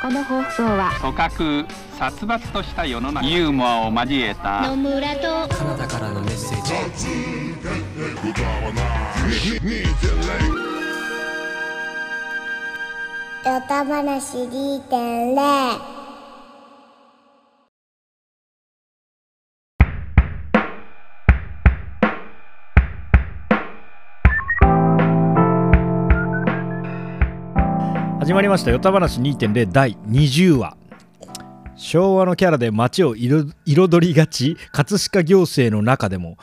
この放送は組閣殺伐とした世の中ユーモアを交えた野村とカナダからのメッセージヨタ話2.0始まりました「よた話2.0」第20話昭和のキャラで街を彩彩りがち葛飾行政の中でも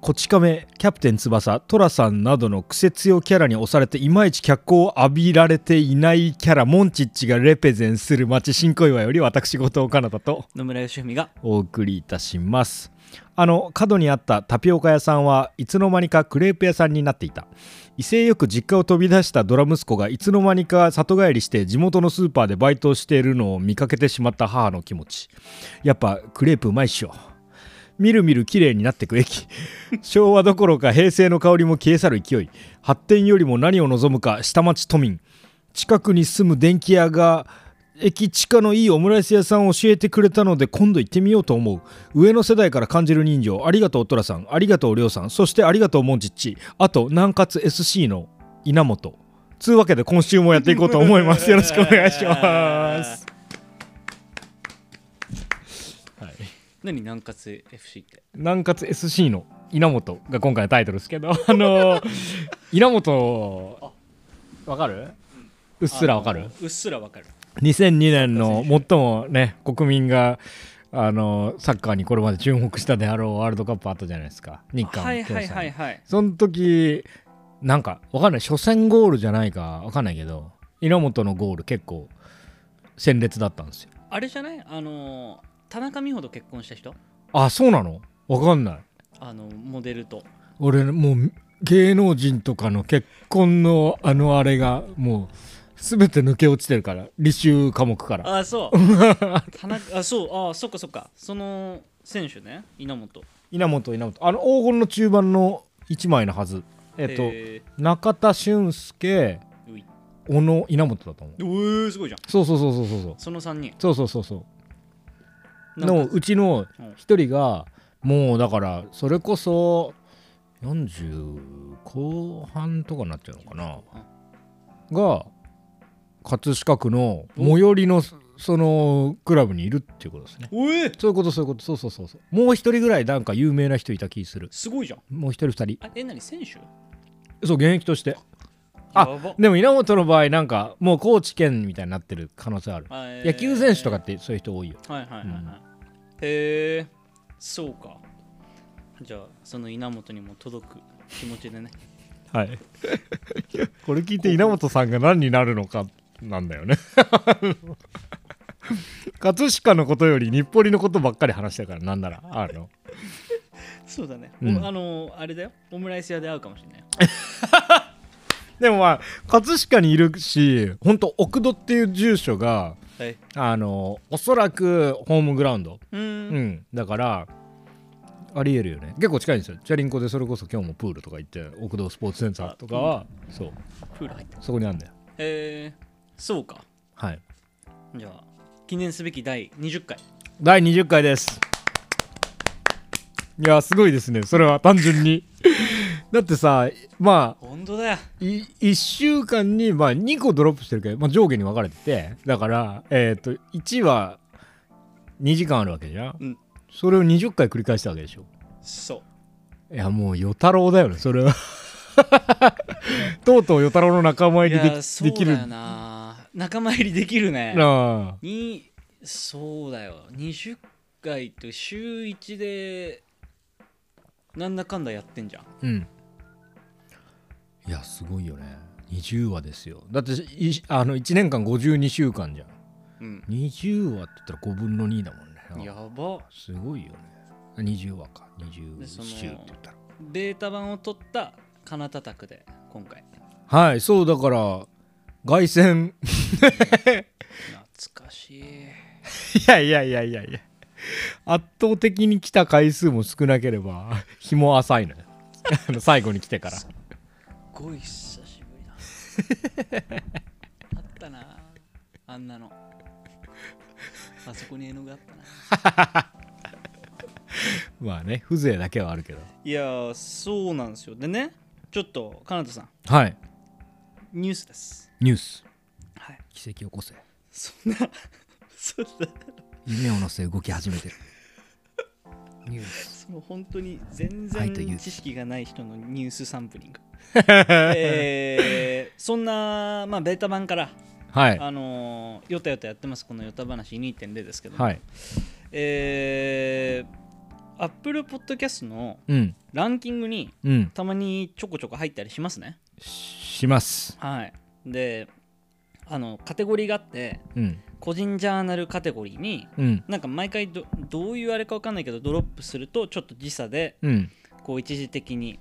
こち亀キャプテン翼寅さんなどのクセ強キャラに押されていまいち脚光を浴びられていないキャラモンチッチがレペゼンする街新小岩より私後藤かなたと野村義文がお送りいたしますあの角にあったタピオカ屋さんはいつの間にかクレープ屋さんになっていた威勢よく実家を飛び出したドラ息子がいつの間にか里帰りして地元のスーパーでバイトをしているのを見かけてしまった母の気持ちやっぱクレープうまいっしょみるみる綺麗になってく駅昭和どころか平成の香りも消え去る勢い発展よりも何を望むか下町都民近くに住む電気屋が駅地下のいいオムライス屋さんを教えてくれたので今度行ってみようと思う上の世代から感じる人情ありがとうトラさんありがとうりょうさんそしてありがとうモンチッチあと南葛 SC の稲本つうわけで今週もやっていこうと思いますよろしくお願いします何南葛 FC って南葛 SC の稲本が今回のタイトルですけどあの稲本わかるうっすらわかあるのうっすらわかる2002年の最もね国民があのサッカーにこれまで注目したであろうワールドカップあったじゃないですか日韓はいはいはい共催はいその時なんかわかんない初戦ゴールじゃないかわかんないけど稲本のゴール結構鮮烈だったんですよあれじゃないあのー田中美穂と結婚した人あそうなのわかんないあのモデルと俺もう芸能人とかの結婚のあのあれがもう全て抜け落ちてるから履修科目からあそう 田中あそうあそっかそっかその選手ね稲本稲本稲本あの黄金の中盤の1枚のはずえっ、と、え中田俊介ーうい小野稲本だと思ううーすごいじゃんそうそうそうそうそうそうその3人そうそうそうそうなんかのうちの一人がもうだからそれこそ40後半とかになっちゃうのかなが葛飾区の最寄りのそのクラブにいるっていうことですねおえそういうことそういうことそうそうそうそうもう一人ぐらいなんか有名な人いた気するすごいじゃんもう一人二あえ何選手人そう現役としてやあばでも稲本の場合なんかもう高知県みたいになってる可能性あるあえー野球選手とかってそういう人多いよはいはいはいはい、うんへえそうかじゃあその稲本にも届く気持ちでねはい これ聞いて稲本さんが何になるのかなんだよ ね葛飾のことより日暮里のことばっかり話したからなんならあのそうだね、うんおあのーあれだよオムライス屋で会うかもしれないよでもまあ葛飾にいるし本当奥戸っていう住所がはいあのおそらくホームグラウンドうーんうん、だからありえるよね結構近いんですよチャリンコでそれこそ今日もプールとか行って奥堂スポーツセンターとかはそうプール入ったそこにあるんだよへえそうかはいじゃあ記念すべき第20回第20回ですいやすごいですねそれは単純に だってさま本当だよあい1週間に、まあ、2個ドロップしてるけど、まあ、上下に分かれててだからえっ、と1は2時間あるわけじゃん、うんそれを20回繰り返したわけでしょそういやもう与太郎だよねそれは とうとう与太郎の仲間い入りでやきそうできだるよな仲間入りできるねなあにそうだよ20回と週1でなんだかんだやってんじゃんうんいやすごいよね20話ですよだっていあの1年間52週間じゃんうん20話って言ったら5分の2だもんねやばすごいよね20話か20でその週って言ったらデータ版を取ったかなたたくで今回はいそうだから凱旋懐かしいいやいやいやいやいや圧倒的に来た回数も少なければ日も浅いのよ あの最後に来てからすごい 久しぶりだあったなあんなのあそこに絵の具あったなまあね風情だけはあるけどいやーそうなんですよでねちょっとかなたさんはいニュースですニュースはい奇跡起こせそんなそんな夢を乗せ動き始めてる ニュースその本当に全はいという然知識がない人のニュースサンプリン グえーそんな、まあ、ベータ版から、はいあのーよたよたやってますこのよた話2.0ですけど、はいえー、Apple Podcast のうんランキングにうんたまにちょこちょこ入ったりしますねしますはいであのカテゴリーがあってうん個人ジャーナルカテゴリーにうんなんか毎回どどういうあれかわかんないけどドロップするとちょっと時差でうんこう一時的に、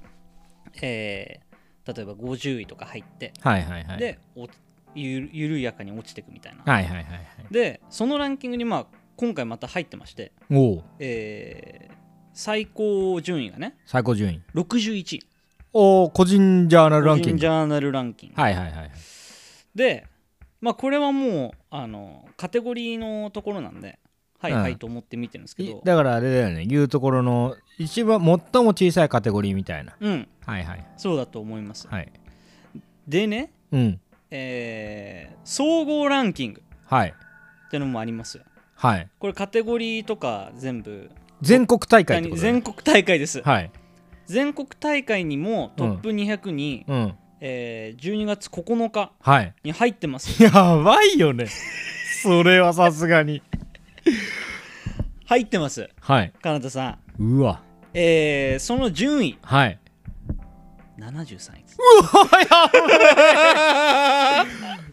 えー例えば50位とか入って、はいはいはいでおゆ緩やかに落ちていくみたいな、はいはいはいはいでそのランキングにまあ今回また入ってまして、おおえー最高順位がね最高順位61位おお個人ジャーナルラン個キン人ジグャーナルランキング、はいはいはいはいでまあこれはもうあのカテゴリーのところなんではいうんはいと思って見てるんですけいど、だからあれだよね言うところの一番最も小さいカテゴリーみたいなうんはいはいそうだと思いますはいでね、うんえー総合ランキングはいってのもありますはいこれカテゴリーとか全部全国大会ってことだね全国大会です、はい全国大会にもトップ200に、うんえー12月9日はいに入ってます やばいよねそれはさすがに入ってますはいカナダさんうわえーその順位はい73位です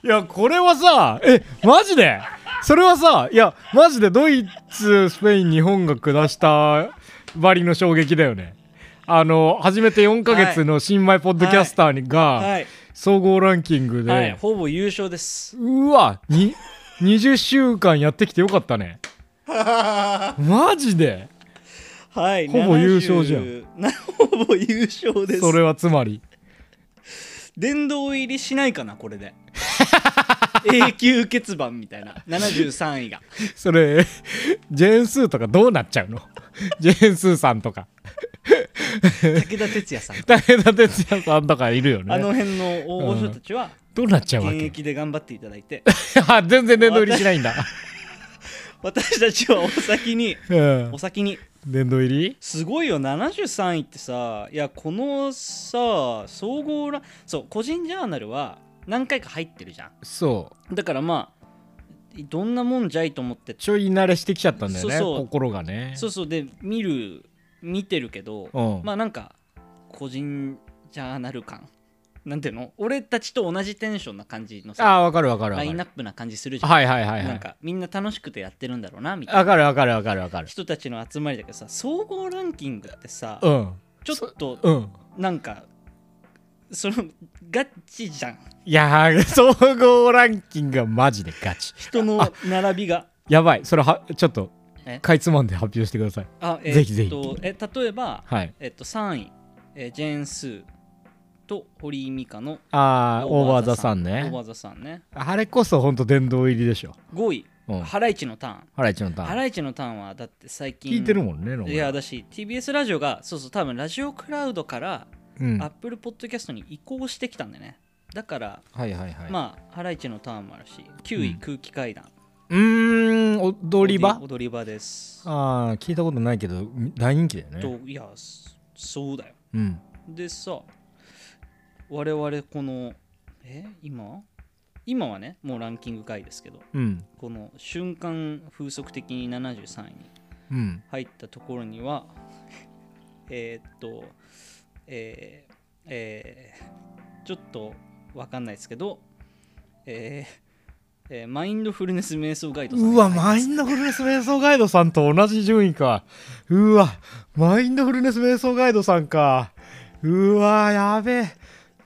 いやこれはさえマジでそれはさいやマジでドイツスペイン日本が下したばりの衝撃だよねあの初めて4ヶ月の新米ポッドキャスターにが、はい、総合ランキングで、はい、ほぼ優勝 ですうわに20週間やってきてよかったねマジではいほぼ優勝じゃんん ほぼ優勝ですそれはつまり殿堂入りしないかなこれ で永久欠番みたいな73位がそれジェーンスーとかどうなっちゃうのジェーンスーさんとか武田鉄 矢さん武田鉄矢さんとかいるよねあの辺の大御所たちはどうなっちゃうわ現け役で頑張っていただい てあ全然殿堂入りしない んだ、私たちはお先にうんお、先に殿堂入りすごいよ73位ってさいやこのさ総合ラそう個人ジャーナルは何回か入ってるじゃそうんだからまあどんなもんじゃいと思ってちょい慣れしてきちゃったんだよねそうそう心がねそうそうで見る見てるけど、うんまあなんか個人ジャーナル感なんていうの俺たちと同じテンションな感じのさああわかるわかるラわかインナるップな感じするじゃん,、はいはいはいはなんいかみんな楽しくてやってるんだろうなみたいなわかるわかるわかるわかる人たちの集まりだけどさ総合ランキングってさ、うんちょっとうんなんかそのガチじゃんいやー総合ランキングがマジでガチ人の並びがやばいそれはちょっとえかいつまんで発表してくださいあえぜひぜひっとえ例えば、はいえっと、3位、えージェーン・スーと堀井美香のああオーバーザさんオねーバーザさんねあれこそほんと殿堂入りでしょ5位、うんハライチのターンハライチのタハーンライチのターンはだって最近聞いてるもんね野村いやだし TBS ラジオがそうそう多分ラジオクラウドからうんは Apple Podcast に移行してきたんだよねだからいはいはいまあハライチのターンもあるし9位、うん空気階段うーん踊り場踊り場ですああ聞いたことないけど大人気だよねといやそそうだようんでさ我々このえ今今はねもうランキング外ですけどうんこの瞬間風速的に73位にうん入ったところには えーっとえーえーちょっとわかんないですけどえーえーマインドフルネス瞑想ガイドさんうわマインドフルネス瞑想ガイドさんと同じ順位かうわマインドフルネス瞑想ガイドさんかうわやべえ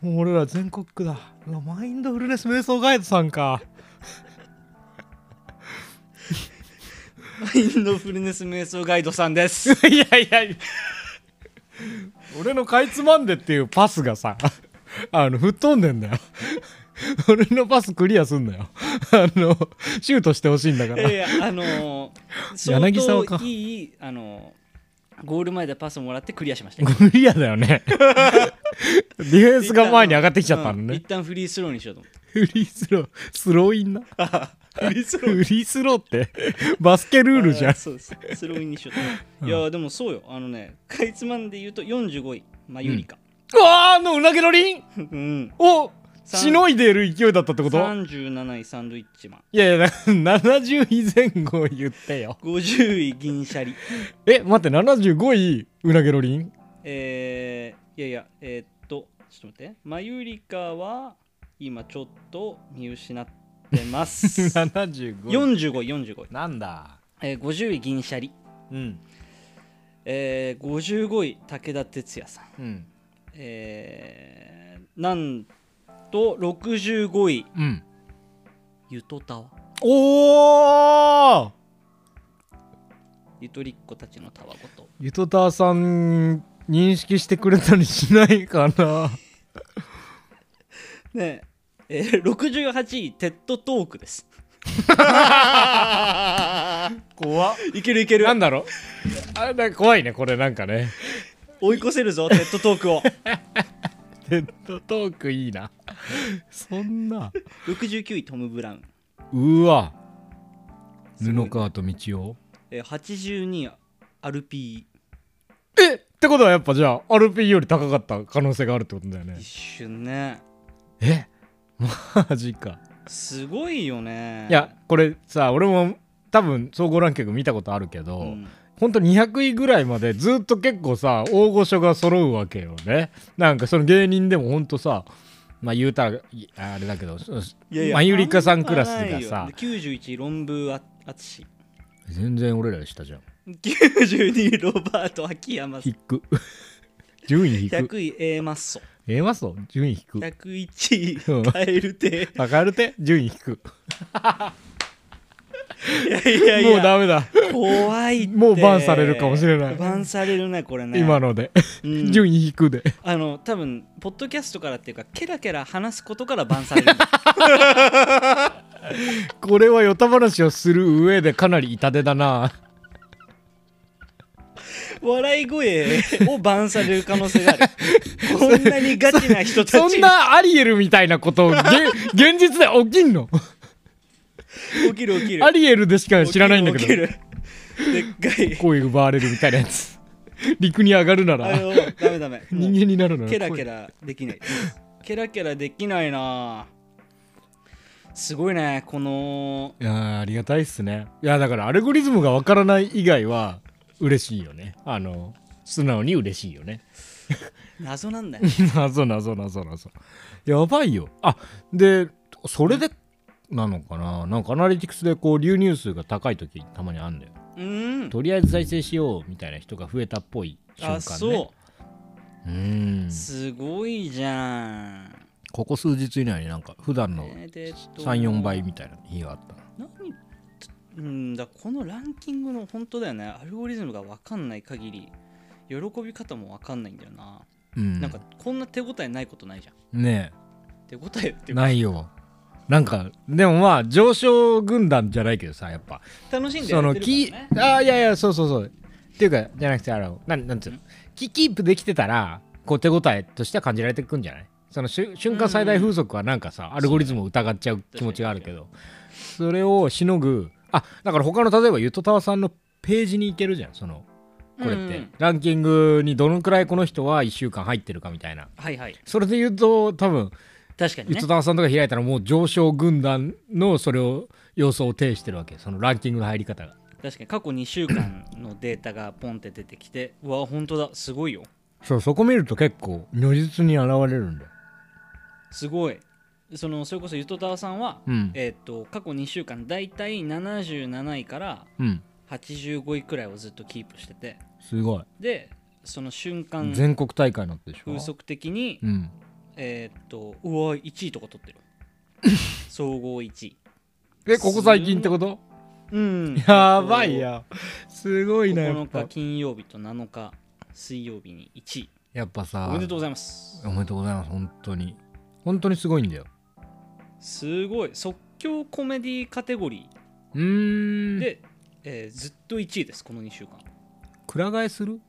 もう俺ら全国区だうわマインドフルネス瞑想ガイドさんかマインドフルネス瞑想ガイドさんです いやいやいや 俺のかいつまんでっていうパスがさあの吹っ飛んでんだよ 俺のパスクリアすんなよ あのシュートしてほしいんだかいらや いやあのー、柳沢か相当いいあのーゴール前でパスをもらってクリアしま したクリアだよねディフェンスが前に上がってきちゃったのうんね一旦フリースローにしようと思フリースロースローインなってフリースフリースローってバスケルールじゃんそうですスローインにしようと思っていやーでもそうよあのね かいつまんで言うと45位まあユリカうわーあのうなげのりん うんをさんしのいでいる勢いだったってこと37位サンドイッチマンいやいや70位前後言ってよ50位銀シャリえ待って75位うなげろりんえー、いやいやえーっとちょっと待ってマユリカは今ちょっと見失ってます 75 45位45位、なんだえー、50位銀シャリ、うんえー、55位武田鉄矢さんうんえー、なんと65位うんゆとたわおーゆとりっ子たちのたわごとゆとたわさん認識してくれたりしないかなねええー、68位テッドトークです 怖っいけるいける なんだろうあなんか怖いねこれなんかね追い越せるぞテッドトークをテッドトークいいなそんな69位トム・ブラウンうわすごい布川と道夫えー82位アルピえってことはやっぱじゃあ RP より高かった可能性があるってことだよーね一瞬ねえマジかすごいよねいやこれさ俺も多分総合ランキング見たことあるけど、うんほんと200位ぐらいまでずっと結構さ大御所が揃うわけよねなんかその芸人でもほんとさまあ言うたらいあれだけどそいやいやまゆりかさんクラスが半さ端ないよ91位論文ああつし全然俺らでしたじゃん92位ロバート秋山さん引く順位引く100位 A マッソええますと順位引く101うん位カエル テ明るて順位引くいやいやいやもうダメだ怖いってもうバンされるかもしれないバンされるねこれね今ので、うん順位引くであの多分ポッドキャストからっていうかケラケラ話すことからバンされるこれはヨタ話をする上でかなり痛手だな笑い声をバンされる可能性がある こんなにガチな人たちそんなアリエルみたいなこ とげ現実で起きんの起きる起きるアリエルでしか知らないんだ起きけどる起きるでっかい声奪われるみたいなやつ 陸に上がるなあらのダメダメもう人間になるならケラケラできないケラケラできないなすごいねこの声いやーありがたいっすねいやだからアルゴリズムがわからない以外は嬉しいよねあの素直に嬉しいよね 謎なんだよね謎謎謎謎やばいよあでそれでなのかななんかアナリティクスでこう流入数が高い時たまにあんだようーんとりあえず再生しようみたいな人が増えたっぽい瞬間ねあそうーんうすごいじゃんここ数日以内になんか普段のえーでと34倍みたいな日があった何うんだこのランキングの本当だよねアルゴリズムが分かんない限り喜び方も分かんないんだよな、うんなんかこんな手応えないことないじゃんね手応えってえいうかないよなんかでもまあ上昇軍団じゃないけどさやっぱ楽しんでそやのってるキからねーあーいやいやそうそうそうっていうかじゃなくてあのなんなんつうのキキープできてたらこう手応えとしては感じられてくんじゃないその瞬瞬間最大風速はなんかさ、アルゴリズムを疑っちゃう気持ちがあるけどそれをしのぐあだから他の例えばゆとたわさんのページに行けるじゃんそのこれって、うんうんランキングにどのくらいこの人は1週間入ってるかみたいなはいはいそれで言うと多分確かにゆねとたわさんとか開いたらもう上昇軍団のそれを様相を呈してるわけそのランキングの入り方が。確かに過去2週間のデータがポンって出てきてうわ本当だすごいよそうそこ見ると結構如実に現れるんだよ。すごいそのそれこそゆとたわさんは、うんえーっと過去2週間だいたい77位からうん85位くらいをずっとキープしててすごい。でその瞬間全国大会になってでしょ。風速的に、うん。えーっとうわ1位とか取って る総合1位えここ最近ってことうんやばいや。すごいなやっ9ぱ日。金曜日と7日水曜日に1位やっぱさおめでとうございますおめでとうございます本当に本当にすごいんだよ。すごい即興コメディカテゴリうーーんで、えーずっと1位ですこの2週間くら替えする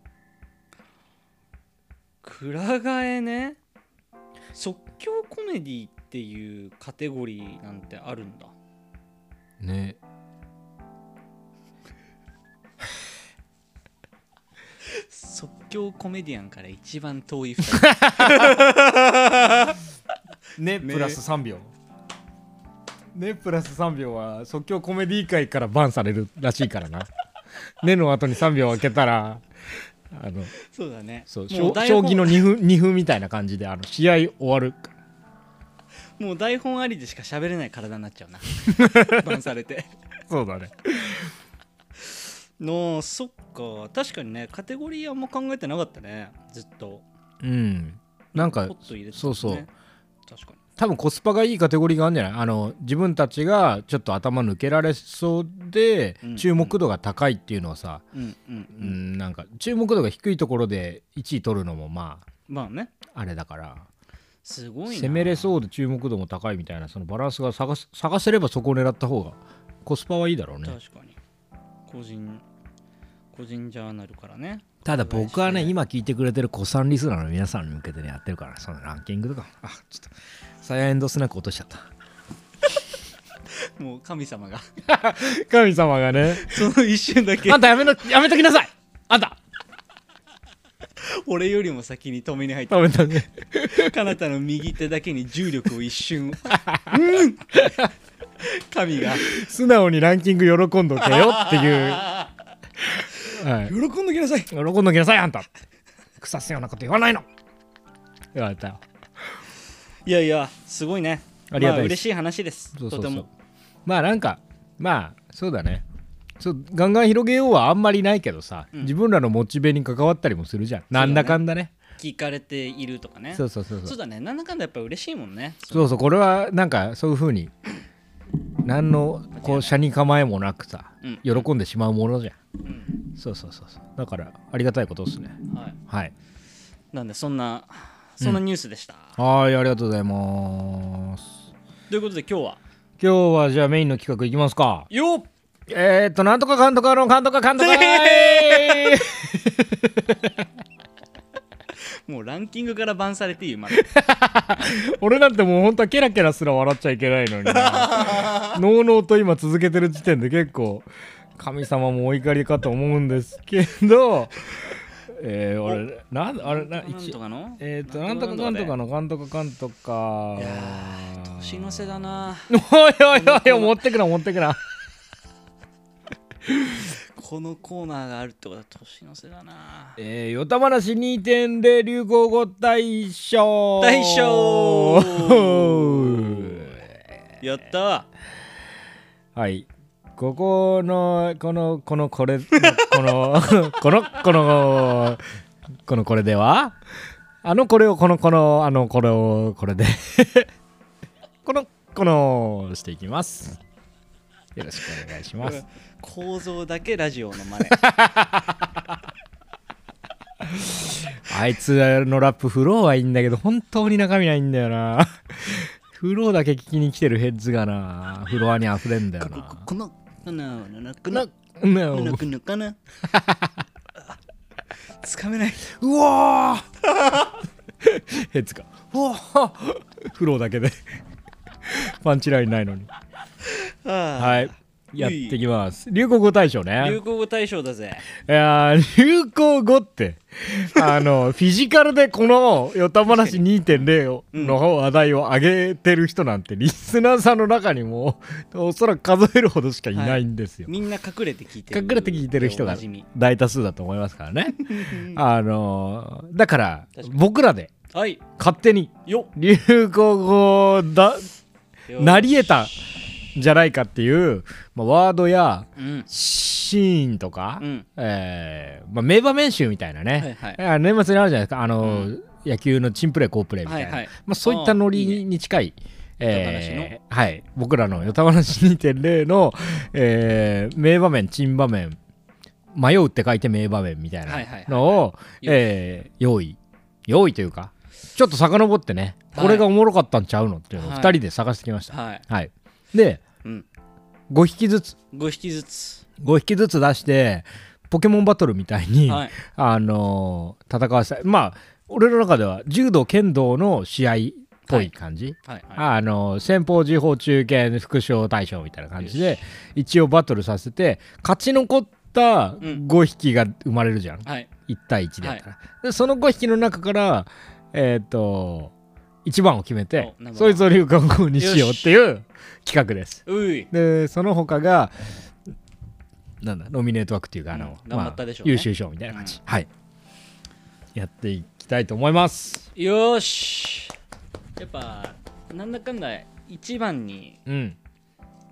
くら替えね即興コメディっていうカテゴリーなんてあるんだね即興コメディアンから一番遠い2人 ねねプラス3秒ねプラス3秒は即興コメディ界からバンされるらし いからなねの後に3秒開けたらあのそうだねそうも将う台本将棋の2分二分みたいな感じであの試合終わるもう台本ありでしか喋れない体になっち ゃうなバンされてそうだねのそっか確かにねカテゴリーあんま考えてなかったねずっとうんなんかポッと入れてたね、そうそう確かに多分コスパがいいカテゴリーがあるんじゃないあの自分たちがちょっと頭抜けられそうでうん注目度が高いっていうのはさ、うんうんううんん、なんか注目度が低いところで1位取るのもままあねああれだからすごいな攻めれそうで注目度も高いみたいなそのバランスが探す探せればそこを狙った方がコスパはいいだろうね確かに個人個人ジャーナルからねただ僕はねお願いして今聞いてくれてる子さんリスナーの皆さんに向けてねやってるからそのランキングとかあちょっとサイヤエンドスナック落としちゃったもう神様 が神様がねその一瞬だけあんたやめなやめときなさいあんた俺よりも先に止めに入った食べたねかなたの右手だけに重力を一 瞬うん神が素直にランキング喜んどけよって いう、はい、喜んできなさい喜んどきなさいあんた腐すようなこと言わないの言われたよいやいやすごいねありがたいですま嬉しい話ですそうそうとそうてもまあなんかまあそうだねそうガンガン広げようはあんまりないけどさ、うん自分らのモチベに関わったりもするじゃん、なんだかんだね聞かれているとかねそうそうそうそうそうだねなんだかんだやっぱ嬉しいもんねそうそうこれはなんかそういうふうに何のこう社に構えもなくさうん喜んでしまうものじゃんうんそうそうそうそうだからありがたいことですねはいはいなんでそんなそんなニュースでした、はいありがとうございますということで今日は今日はじゃあメインの企画いきますかよっえー、っとなんとかかんとかのかんとかかんとか もうランキングからバンされていいよまだ俺なんてもう本当はケラケラすら笑っちゃいけないの になのうのうと今続けてる時点で結構神様もお怒りかと思うんですけどえー、俺なんあれななん 一とかのえー、っとなんとかかんとかののかんとかかんとかいやー年の瀬だなおいおいおい持ってくな持ってくなこのコーナーがあるってことは年の瀬だなえー、よた話2.0流行語大賞大 賞やったわはい。ここの、この、この、これ、 この、この、この、この、これでは、あの、これを、この、この、あの、これを、これで、 この、この、していきます。よろしくお願いします。構造だけラジオの真似あいつのラップフローはいいんだけど本当に中身ないんだよな フローだけ聞きに来てるヘッズがなフロアに溢れんだよこなこのこのこのこのねこのこのこのつかめないうわー ヘッズがうわーフローだけでパンチラインないのにははいやってきます流行語大賞流ね行語大賞だぜいやー流行語ってあ のフィジカルでこの「よた話2.0」をうんの話題を上げてる人なんてリスナーさんの中にもおそらく数えるほどしかいないんですよ、みんな隠れて聞いてる隠れて聞いてる人おがなじみ大多数だと思いますか らねあのーだから確か僕らではい勝手によ流行語だよなり得たんじゃないかっていう、まあ、ワードやうんシーンとか、うんえーまあ、名場面集みたいなね、はいあ年末にあるじゃないですかあの、野球のチンプレー好プレーみたいな、はいはいまあ、そういったノリあーいいに近い。ヨえーはい、僕らの「よた話2.0の」えー名場面珍場面迷うって書いて名場面みたいなはいはいはいはいのを、えー用意用意というかちょっと遡ってね、はいこれがおもろかったんちゃうのっていうのをはい2人で探してきました。はい、はい、で、うん、 5匹ずつ、 5匹ずつ5匹ずつ出して、ポケモンバトルみたいに、はいあのー戦わせたい。まあ、俺の中では柔道、剣道の試合っぽい感じ。はいはあの先方時報中堅副将大将みたいな感じで一応バトルさせて勝ち残ったん5匹が生まれるじゃいん、はい1対1でやったら、でその5匹の中からえっ、と1番を決めておナンバーワンそいつを流行語にしようっていう企画ですういでその他がなんだノミネート枠っていうかあの、うん頑張ったでしょうね優秀賞みたいな感じ、はいやっていきたいと思いますよーしやっぱなんだかんだ一番にうん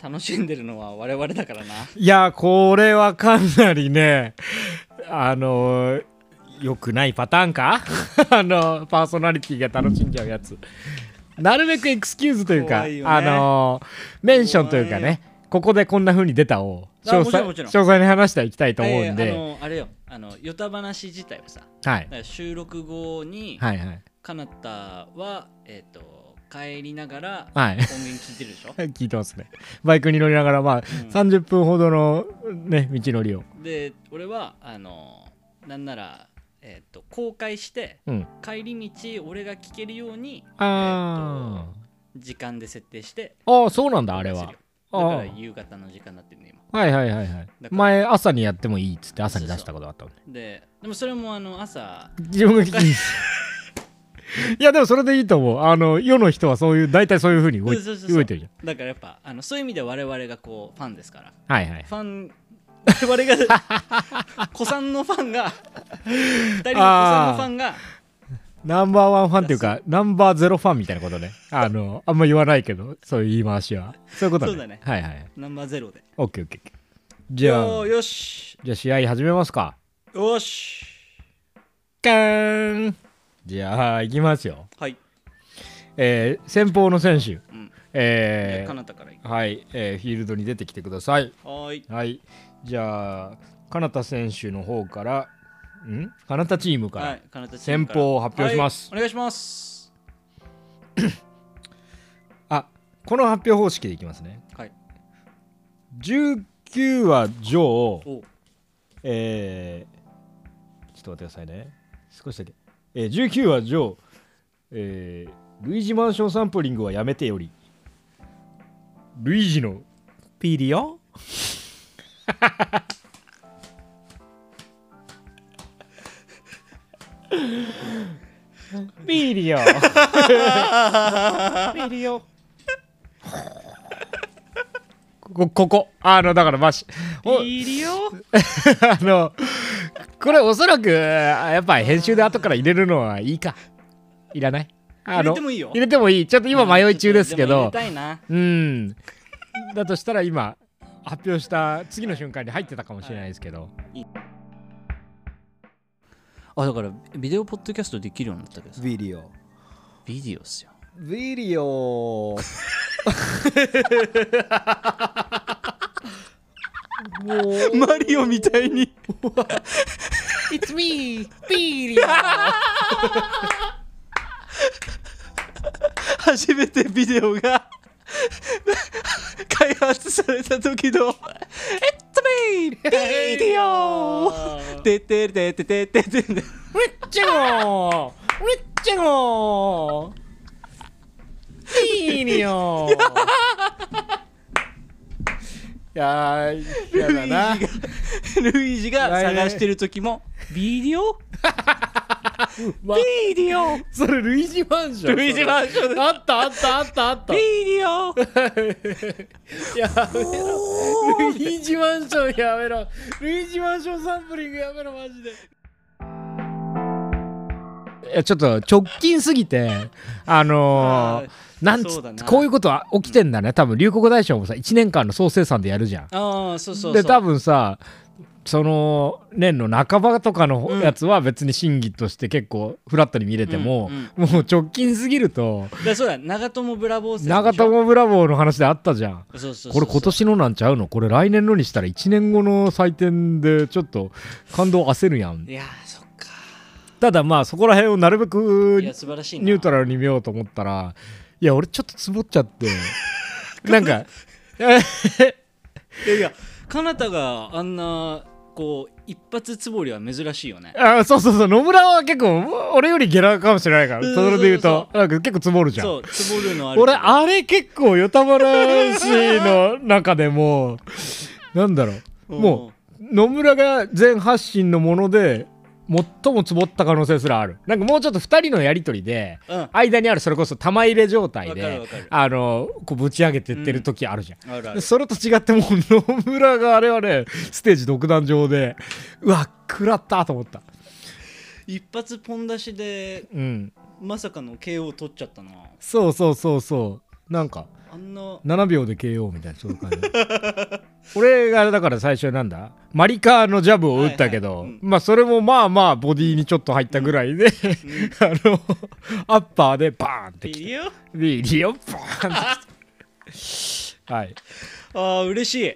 楽しんでるのは我々だからないやこれはかなりねあの良くないパターンか あのパーソナリティが楽しんじゃうやつなるべくエクスキューズというか、怖いよねあのメンションというかねここでこんな風に出たをあ詳もちろ細んもち詳ろん細に話してはいきたいと思うんえで、ーあのあれよあのヨタ話自体はさはいだから収録後に、はいはいかなたはえっ、と帰りながらはい音源聞いてるで しょ聞いてますねバイクに乗りながらまあ、30分ほどのね道のりをで俺はあのなんならえっ、と公開してうん帰り道俺が聞けるようにあ時間で設定してー、ああそうなんだあれはだからあー夕方の時間になってるね今はいはいはいはいだから前朝にやってもいいっつって朝に出したことがあったのねででもそれもあの朝自分が聞きい やでもそれでいいと思うあの世の人はそういう大体そういうふうに動いそうそうそう動いてるじだからやっぱあのそういう意味では我々がこうファンですからゃんはいはいファン我々 が子さんのファンが2人の子さんのファンがナンバーワンファンっていうかナンバーゼロファンみたいなことねあのあんま言わないけどそういう言い回しはそういうことそうだねはいはいナンバーゼロでオッケーオッケーオッケーじゃよあーよしじゃあ試合始めますかよしカーンじゃあ行きますよはい、えー先方の選手うんじえゃあかーなたからいくはい、えーフィールドに出てきてくださいはーいはい。じゃあ、かなた選手の方から、んかなたチームから、はいかなたチームから先方を発表しますはいお願いしますあ、この発表方式でいきますね。はい19話上、おえー、ちょっと待ってくださいね。少しだけ。えー、19話上、えー、ルイージマンションサンプリングはやめてより、ルイージのピリオピリオピリオ こここあのだからマシおいるよあのこれおそらくやっぱ編集で後から入れるのはいいかいらないあ入のれてもいいよ入れてもいいちょっと今迷い中ですけうんどちょっとでも入れたいなうんだとしたら今発表した次の瞬間に入ってたかもしれないですけど、あだからビデオポッドキャストできるようになったけどさビデオビデオっ すよビデオマリオみたいに It's me! ビーリオ初めてビデオが開発された時の「It's me! ビデオ!」ててててててててチェゴーレッチェゴービーリオいやー嫌だなルイージが探してる時も「ビデオビデオそれルイージマンションルイージマンションあったあったあったあったビデやオ!めろ ルイージマンションやめろルイージマンションサンプリングやめろマジでいやちょっと直近すぎてあのあーなんつそうだなこういうことは起きてんだね多分流行語大賞もさ1年間の総生産でやるじゃん」ああそうそうそうで多分さその年の半ばとかのうんやつは別に審議として結構フラットに見れても、もう直近すぎるとだそうだ長友ブラボー説でしょ長友ブラボーの話であったじゃん。そうそうそうこれ今年のなんちゃうのこれ来年のにしたら1年後の祭典でちょっと感動焦るやんいやーそっかただまあそこら辺をなるべくいや素晴らしいなニュートラルに見ようと思ったらいや俺ちょっとつぼっちゃって なんかえいやいやかなたがあんなこう一発つぼりは珍しいよねあそうそうそう野村は結構俺よりゲラかもしれないからうんそれで言うそうそとなんか結構つぼるじゃそんうつぼるのあるけど俺あれ結構与田原氏の中でもなんだろ うもう野村が全発信のもので最もつぼった可能性すらあるなんかもうちょっと2人のやり取りでうんうんあ間にあるそれこそ玉入れ状態わかるでわかるあのこうぶち上げてってる時あるじゃん、るあでるそれと違ってもう野村があれはねステージ独壇場でうわ食らったと思った一発ポン出しでうんまさかの KO 取っちゃったなそうそうそうそうなんかあんな7秒で KO みたいなそういう感じ 俺がだから最初なんだマリカーのジャブを打ったけど、はいはいうんまあそれもまあまあボディにちょっと入ったぐらいで、 あのアッパーでバーンっていきいてよビリオバーンってきてはいあー嬉しい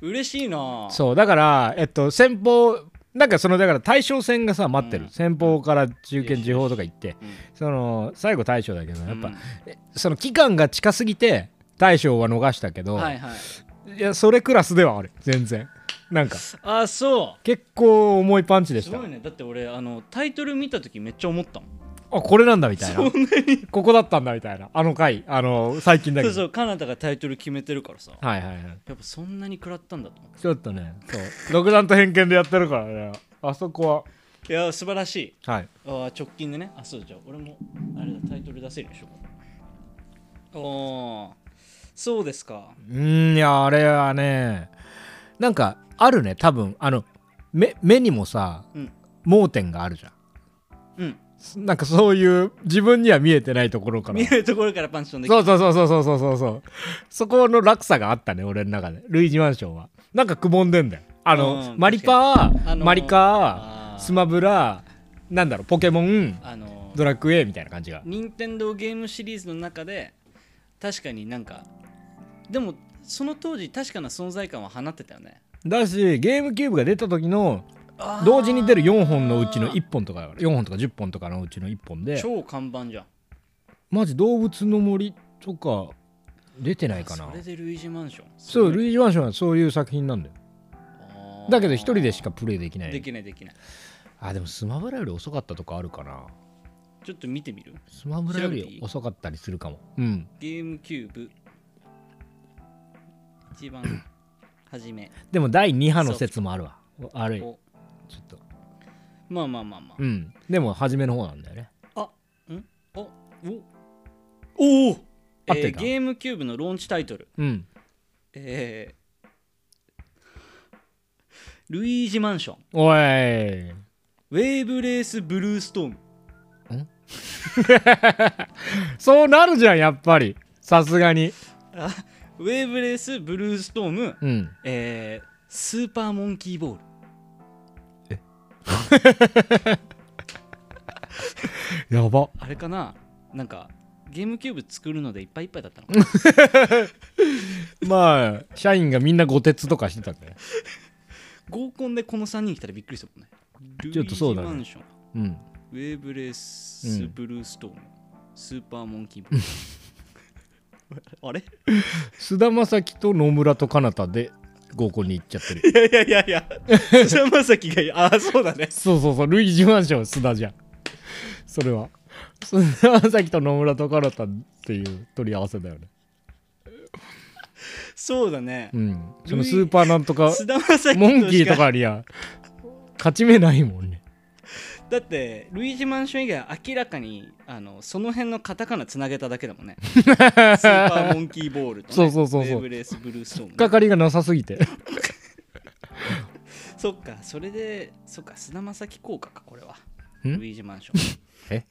嬉しいなそうだからえっと先方なんかそのだから大将戦がさ待ってる、うん先方から中堅地方とか行ってうんその最後大将だけどやっぱ、うんその期間が近すぎて大将は逃したけど、はいい、はいやそれクラスではある全然なんかあーそ結構重いパンチうでしすた、ごいねだって俺あのタイトル見た時めっちゃ思ったもんあこれなんだみたいなここだったんだみたいなあの回あの最近そだけうどそうカナダがタイトル決めてるからさはいはいはいやっぱそんなに食らったんだと思っちょっとねそう独断と偏見でやってるからねあそこていやー素晴らしいははいあー直近でねあそうじゃあ俺もあれだタイトル出せるでしょああそうですかうーんいやあれはねなんかあるね多分あの目目にもさ、うん盲点があるじゃうん んなんかそういう自分には見えてないところから見えるところからパンチ飛んできそたうそうそうそうそうそうそうそうそこの落差があったね俺の中でルイージマンションはなんかくぼんでんだよあの、うんマリパー、あのーマリカあーースマブラなんだろうポケモンあのドラクエみたいな感じが任天堂ゲームシリーズの中で確かになんかでもその当時確かな存在感は放ってたよねだしゲームキューブが出た時の同時に出る4本のうちの1本とか4本とか10本とかのうちの1本で超看板じゃんマジ動物の森とか出てないかなそれでルイージマンションそうルイイージマンションはそういう作品なんだよだけど一人でしかプレイできなでいきないできないあでもスマブラより遅かったとかあるかなちょっと見てみるスマブラより遅かったりするかもうんゲームキューブ一番初めでも第2波の説もあるわ悪いおちょっとまあまあまあまあうんでも初めの方なんだよねあんあおおお合えってーるかゲームキューブのローンチタイトルうんえー、ルイージマンションおいウェーブレースブルーストームそうなるじゃんやっぱりさすがにウェーブレースブルーストーム、うんえー、スーパーモンキーボールやばあれかななんかゲームキューブ作るのでいっぱいいっぱいだったのか なまあ社員がみんなご鉄とかしてたね合コンでこの3人来たらびっくりするもんねちょっとそうだねルイージマンションうんウェーブレーうスんブルーストーム、スーパーモンキーボールあれ 菅田将暉と野村と彼方で合コンに行っちゃってる いやいやいやいや菅田将暉がああそうだねそうそうそう、ルイージマンション、須田じゃん。それは。須田さきと野村と唐田っていう取り合わせだよね。そうだねうん。そのスーパーなんとか、菅田将暉モンキーしかとかには勝ち目ないもんね。だってルイージマンション以外は明らかにあのその辺のカタカナつなげただけだもん ねスーパーモンキーボールと、ね、そうそうそうウそうェーブレースブルーストームね、引っかかりがなさす ぎて。そっかそれでそっか菅田将暉効果かこれはんルイージマンションえ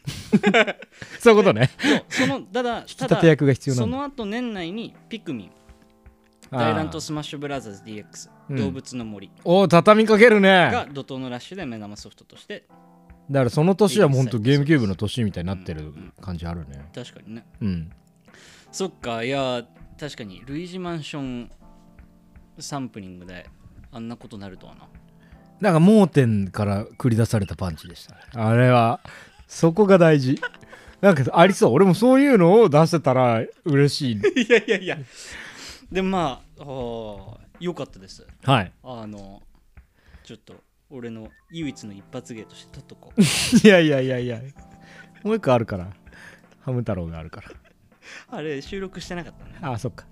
そういうことね。そうそのただ引きただ立て役が必要なそんだ。の後年内にピクミン大乱闘スマッシュブラザーズ DX、うん動物の森あーおー畳みかけがるね。怒涛のラッシュで目玉ソフトとしてだからその年は本当ゲームキューブの年みたいになってる感じあるね。確かにねうん。そっかいや確かにルイージマンションサンプリングであんなことなるとはななんか盲点から繰り出されたパンチでしたねあれはそこが 大事なんかありそう俺もそういうのを出せたら嬉しい いやいやいやでまああー良かったですはいあのちょっと俺の唯一の一発芸として取っとこう いやいやいやいやもう一個あるからハム太郎があるからあれ収録してなかったねああそっか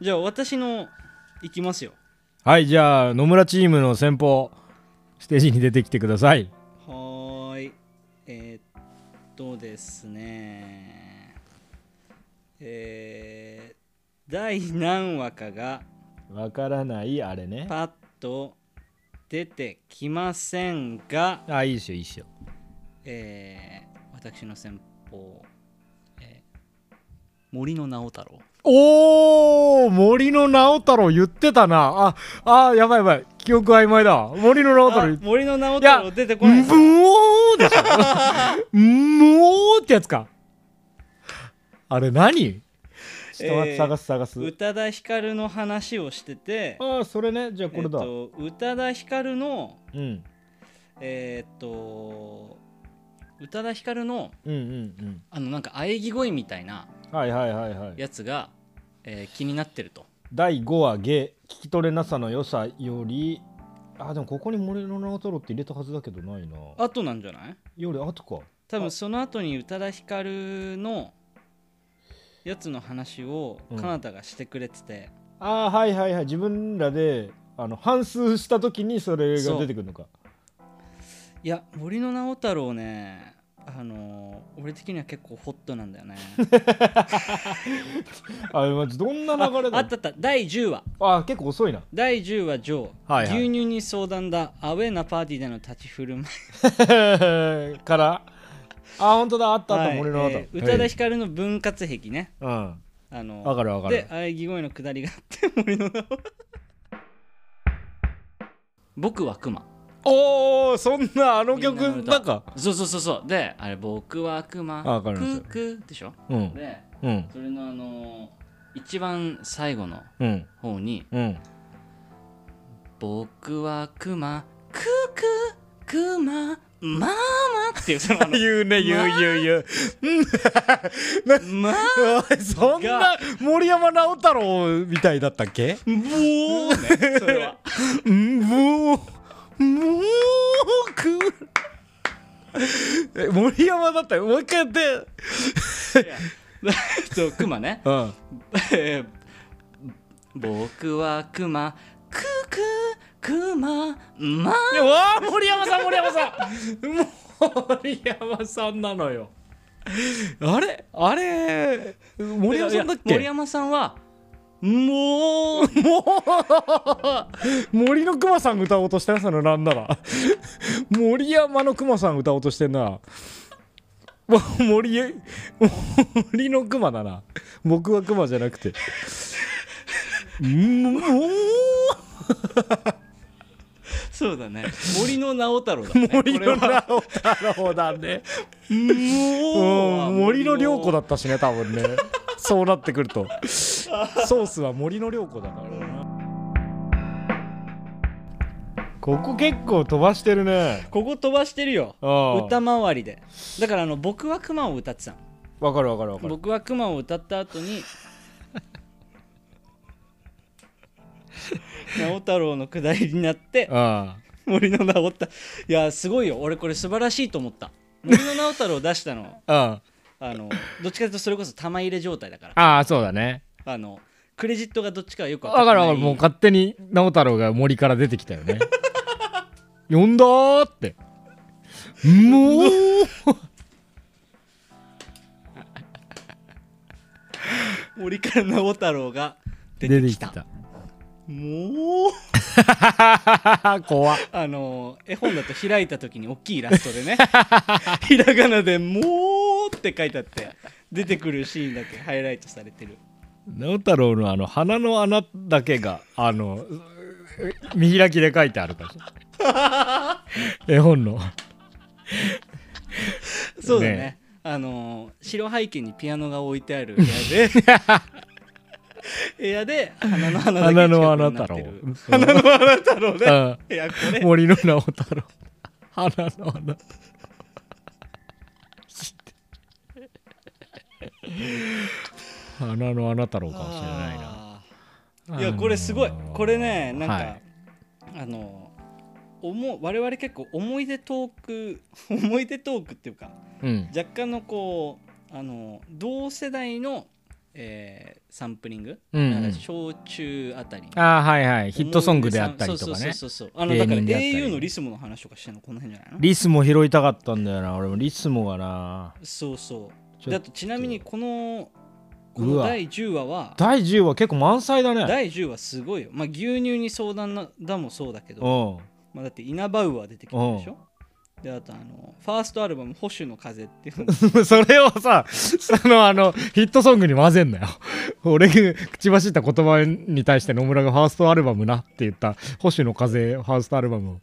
じゃあ私の行きますよはいじゃあ野村チームの先方ステージに出てきてくださいはーいえーっとですねえー第何話かがわからないあれねパッと出てきませんが、あいいっしょいいっしょえー私の先方、えー森の直太郎おー森の直太郎言ってたなああーやばいやばい記憶曖昧だ森の直太郎あ言って森の直太い郎や出てこないむおーでしょむおーってやつかあれ何ちょっと待ってえー探す探す、宇多田ヒカルの話をしててああそれねじゃあこれだ、えーっと宇多田ヒカルのうんえーっと宇多田ヒカルのうんうんあのなんか喘ぎ声みたいなうんはいはいはいはいやつが、えー気になってると第5話「ゲ聞き取れなさの良さよりあでもここに森の直太郎って入れたはずだけどないなあとなんじゃないよりあとか多分あその後に宇多田ヒカルのやつの話をうんカナダがしてくれてて、ああはいはいはい自分らであの反数した時にそれが出てくるのかいや森の直太郎ねあのー俺的には結構ホットなんだよ ねあまじどんなあ流れだあったあった第10話あ結構遅 いな第10話「ジョー、はいはい牛乳に相談だアウェーなパーティーでの立ち振る舞いからあ本当だあったあっはたい森のえー宇多田ヒカルの分割壁ねうんあのわかるわかるで喘ぎ声の下りがあって森の名を僕はクマおおそんなあのみんなの曲歌なんかそうそうそうそうであれ僕はクマあわかりますククでしょうんでうんそれのあのー一番最後のうん方にうん僕はクマクククマママっていうそのあ の言うね言う言う言うマおいそんな森山直太朗みたいだったっけブオーねそれは うんもうもうくえ森山だったよもう一回やってそうクマねうんえー僕はクマクククママいやわあ森山さん森山さん森山さんなのよあれあれ森山さんだっいや森け山さんはもう森の熊さん歌おうとしてなそのなんなら森山の熊さん歌おうとしてんなわ森へ森の熊だな僕は熊じゃ なくてうんもうそうだね森の直太郎だね 森これのは直太郎だねもう、うん森の良子だったしね多 分ねそうなってくるとソースは森の良子だからなここ結構飛ばしてるねここ飛ばしてるよああ歌回りでだからあの僕はクマを歌ってたのわかるわかるわかる僕はクマを歌った後 に直太郎のくだりになってあ森の直太いやすごいよ俺これ素晴らしいと思った森の直太郎を出したのあああのどっちかというとそれこそ玉入れ状態だからああそうだねあのクレジットがどっちかはよくわ分かってかなるいわかるもう勝手に直太朗が森から出てきたよ ね呼んだーってもう森から直太郎が出出ててききたたもう怖っあの絵本だと開いた時に大きいイラストで ねひらがなで「もう」って書いてあって出てくるシーンだけハイライトされてる直太朗のあの鼻の穴だけがあの見開きで書いてあるから 絵本のそうだねね あの白背景にピアノが置いてある部屋で部屋で花の花だけ花の近くに花な太っ郎てる。花の花太郎ね。花いやこれ森の直太郎。花の花。花の花太郎かもしれないな。あーいやこれすごいあのーこれねなんか、はいあの思う我々結構思い出トーク 思い出トークっていうかうん。若干のこうあの同世代の、えーサンプリング、うんうんだから小中あたりのああ、はいはい。ヒットソングであったりとかそうね。そうそうそうあのだから芸人であったり au のリスモの話とかしてんのこの辺じゃないのリスも拾いたかったんだよな。俺もリスもがな。そうそうちょだっとちなみにこのこうのわ第10話は第10話結構満載だね。第10話すごいよまあ牛乳に相談なだもそうだけどうん。 まあ、だってイナバウアー出てきてるでしょであとあのファーストアルバム「保守の風」って いうのそれをさ、そのあの、ヒットソングに混ぜんなよ。 俺が口走った言葉に対して野村がファーストアルバムなって言った、星野風ファーストアルバムを。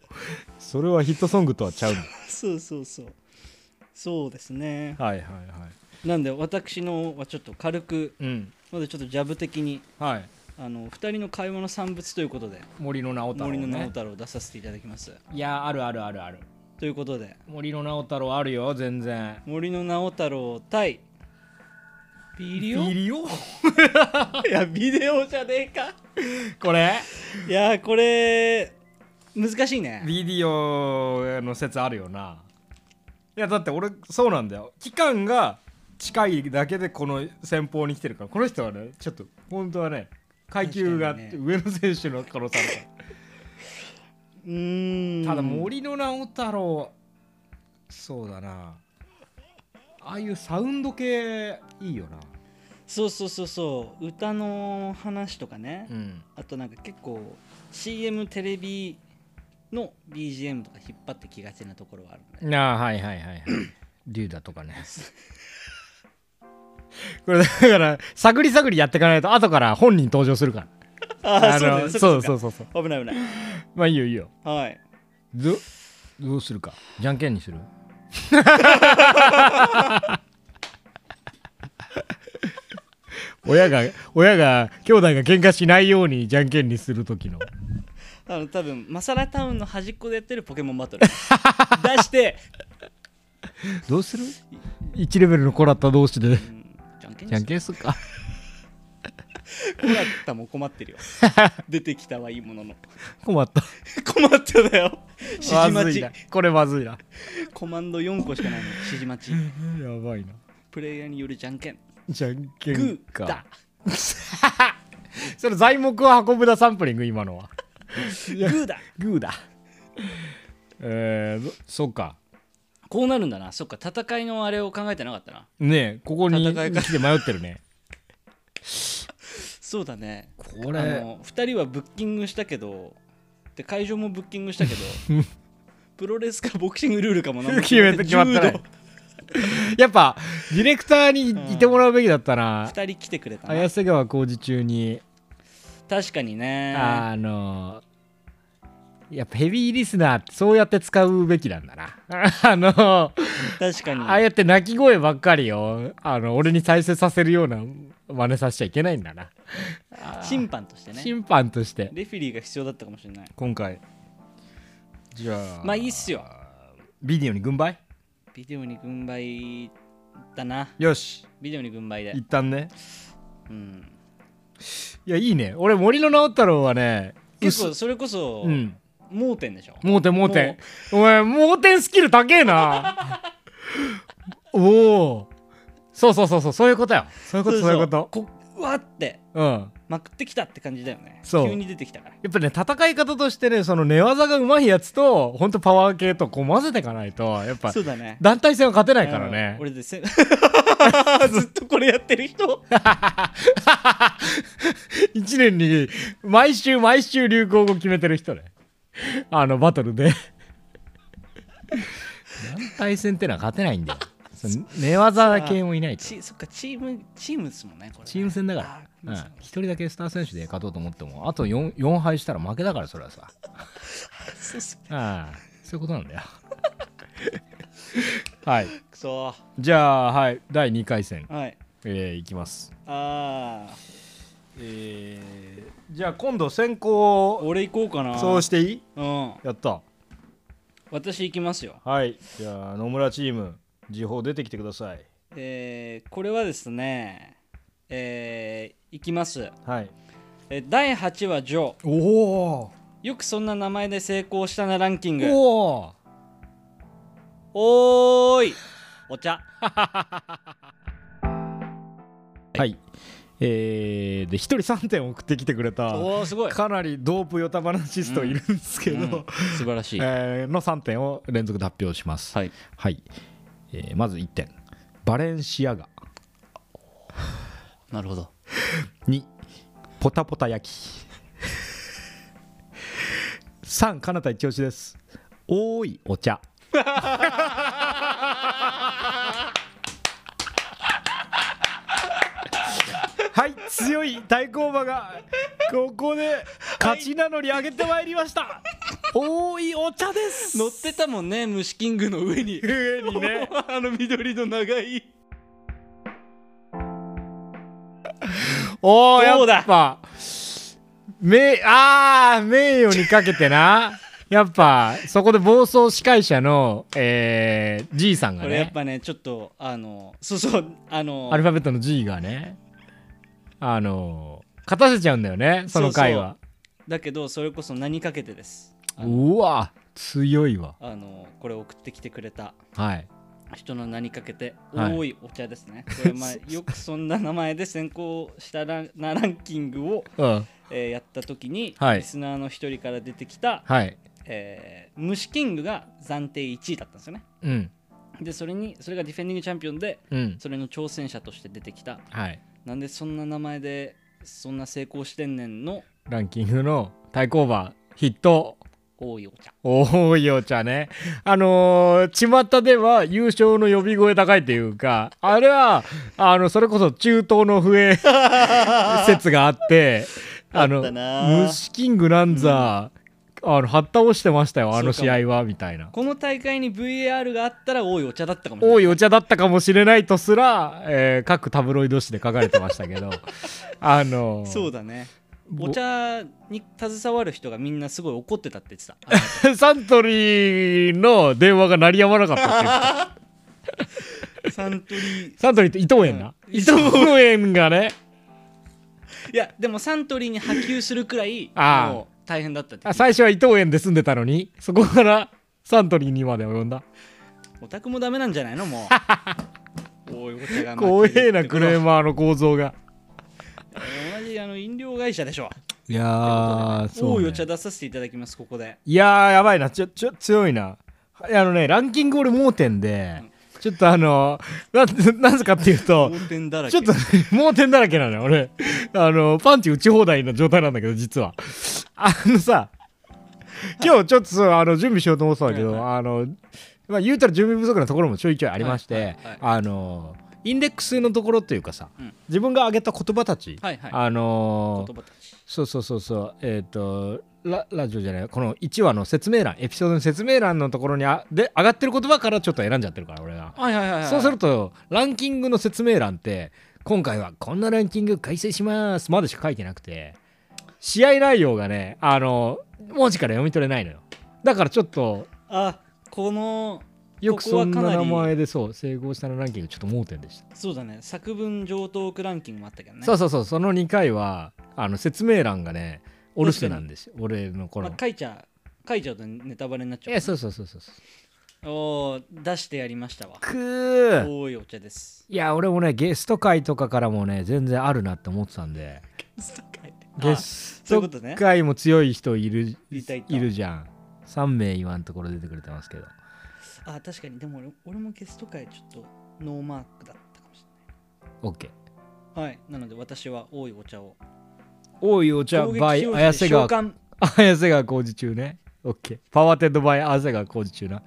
それはヒットソングとはちゃうの。そうそうそうそうですねはいはいはい。なんで私のはちょっと軽くうん。まずちょっとジャブ的にはい。あの2人の会話の産物ということで森の直森の直太郎を出させていただきますいや、あるあるあるある。ということで森の直太郎あるよ、全然。森の直太郎対ビデオいリ オやビデオじゃねえかこれいやこれ難しいねビデオの説あるよないやだって俺そうなんだよ期間が近いだけでこの先方に来てるからこの人はねちょっと本当はね階級があって確上の選手の可能性あるからうーんただ森の直太朗そうだなああいうサウンド系いいよなそうそうそうそう歌の話とかね、うんあとなんか結構 CM テレビの BGM とか引っ張ってきがちなところはあるんでああはいはい はいはい竜だとかねこれだから探り探りやっていかないと後から本人登場するから あのねそうそううそうそうか危ない危ないまあいいよいいよはいどどうするかじゃんけんにする 親が親が兄弟が喧嘩しないようにじゃんけんにする時のあの多分マサラタウンの端っこでやってるポケモンバ トル出して、どうする ?1 レベルのコラッタ同士でうん、じゃんけんじゃんんけんするか困ったも困ってるよ 出てきたはいいものの 困った困っただよ指示ま待ずいちなこれまずいなコマンド4個しかないの指示待ちやばいなプレイヤーによるじゃんけんじゃんけグんーだか それ材木を運ぶだサンプリング今のはグーだグーだ えー、そっかこうなるんだなそっか戦いのあれを考えてなかったなねえここに戦い方来て迷ってるねそうだねこあの2人はブッキングしたけどで会場もブッキングしたけど プロレスかボクシングルールかも決めて決まったね やっぱディレクターうんにいてもらうべきだったな2人来てくれたな綾瀬川工事中に確かにねあのやっぱヘビーリスナーってそうやって使うべきなんだな あの確かにああやって泣き声ばっかりをあの俺に再生させるような真似させちゃいけないんだな審判としてね審判としてレフェリーが必要だったかもしれない今回じゃあまあいいっすよビデオに軍配ビデオに軍配だなよしビデオに軍配で一旦ねうんいやいいね俺森の直太朗はね結構それこそ、うん盲点でしょ盲点盲点お前盲点スキル高 えなおおそうそうそうそうそういうことよそういうことそういうことこうわーってうんまくってきたって感じだよねそう急に出てきたからやっぱね戦い方としてねその寝技がうまいやつとほんとパワー系とこう混ぜていかないとやっぱそうだね団体戦は勝てないからねうん 俺でせずっとこれやってる 人1年に毎週毎週流行語決めてる人ねあのバトルで団体戦ってのは勝てないんだよその寝技系もいないとちそっかチームチームですもんねこれチーム戦だあかーら、うんそう一人だけスター選手で勝とうと思ってもあと 4, 4敗したら負けだからそれはさ、そうそうああそういうことなんだよ はいくそじゃあはい第2回戦ーはいえーいきますあえーじゃあ今度先行俺行こうかなそうしていいうんやった私行きますよはいじゃあ野村チーム時報出てきてくださいえーこれはですねえー、いきますはいえー第8話ジョーおおよくそんな名前で成功したなランキングおおおーいお茶はいえーで1人3点送ってきてくれたおーすごいかなりドープヨタ話ストいるんですけど、うん素晴らしい、えーの3点を連続で発表しますはいはい、えーまず1点バレンシアガなるほど2ポタポタ焼き3かなた一押しですおーいお茶 はい強い対抗馬がここで勝ち名乗り上げてまいりました、おーいお茶です乗ってたもんね虫キングの上に上にね あの緑の長いおおどうだやっぱ名あー名誉にかけ てなやっぱそこで暴走司会者のえー、G さんがこれやっねぱねちょっとあのそうそうあのアルファベットの G がねあの勝たせちゃうんだよねその回はだけどそれこそ何かけてですうあのわ強いわあのこれ送ってきてくれたはい人の名にかけて、はい多いお茶ですねこれ、まあ、よくそんな名前で先行したランなランキングを、うんえーやった時に、はいリスナーの一人から出てきた、はいえー虫キングが暫定1位だったんですよねうんでそれにそれがディフェンディングチャンピオンでうんそれの挑戦者として出てきたはいなんでそんな名前でそんな成功してんねんのランキングの対抗馬ヒット多いお茶多いよ茶ねあのー、巷では優勝の呼び声高いというかあれはあのそれこそ中東 の笛説があってああっのたなあ虫キングなんざ、あのはった押してましたよあの試合はみたいなこの大会に VAR があったら多いお茶だったかもしれない多いお茶だったかもしれないとすら、えー各タブロイド紙で書かれてまし たけどあのーそうだねぼお茶に携わる人がみんなすごい怒ってたって言ってたあのサントリーの電話が鳴りやまなかったって いうか サントリーサントリーって伊藤園な、うん伊藤園がねいやでもサントリーに波及するくらいああもう大変だったってあ最初は伊藤園で住んでたのにそこからサントリーにまで及んだオタクもダメなんじゃないのも うおいお茶が怖えなクレームマーの構造が同じあの飲料会社でしょいや多いお茶出させていただきますここでいやーやばいなちょちょ強いなはいあのねランキング俺盲点で、ちょっとあのななぜかっていうと盲点だらけちょっとね、盲点だらけなのよ俺あのパンチ打ち放題の状態なんだけど実はあのさ今日ちょっとそうあの準備しようと思ってたんだけど、はいあの、まあ、言うたら準備不足なところもちょいちょいありまして、はいはいはいあのインデックスのところっていうかさ、うん自分が挙げた言葉たち、はいはいあの言葉たちそうそうそうそうえっ、とララジオじゃないこの1話の説明欄エピソードの説明欄のところにあで上がってる言葉からちょっと選んじゃってるから俺が。はいはいはいはいそうするとランキングの説明欄って今回はこんなランキング改正しますまでしか書いてなくて試合内容がねあの文字から読み取れないのよだからちょっとあこのよくここはそんなかな名り前でそう整合したのランキングちょっと盲点でした、そうだね作文上等句ランキングもあったけどねそうそうそうその2回はあの説明欄がねお留守なんですよ俺の頃まあの、書いちゃ書いちゃうとネタバレになっちゃうえそうそうそうそうそうおー出してやりましたわくー多いお茶ですいや俺もねゲスト会とかからもね全然あるなって思ってたんでゲあスそういトうことね界も強い人いるいたいたるじゃん。3名今のところ出てくれてますけど。あ確かにでも俺俺もゲスト会ちょっとノーマークだったかもし OK。れないはいなので私は多いお茶をおいお茶、バイ、綾瀬が川、綾瀬川工事中ね。OK。パワーテッドバイ、綾瀬川工事中な。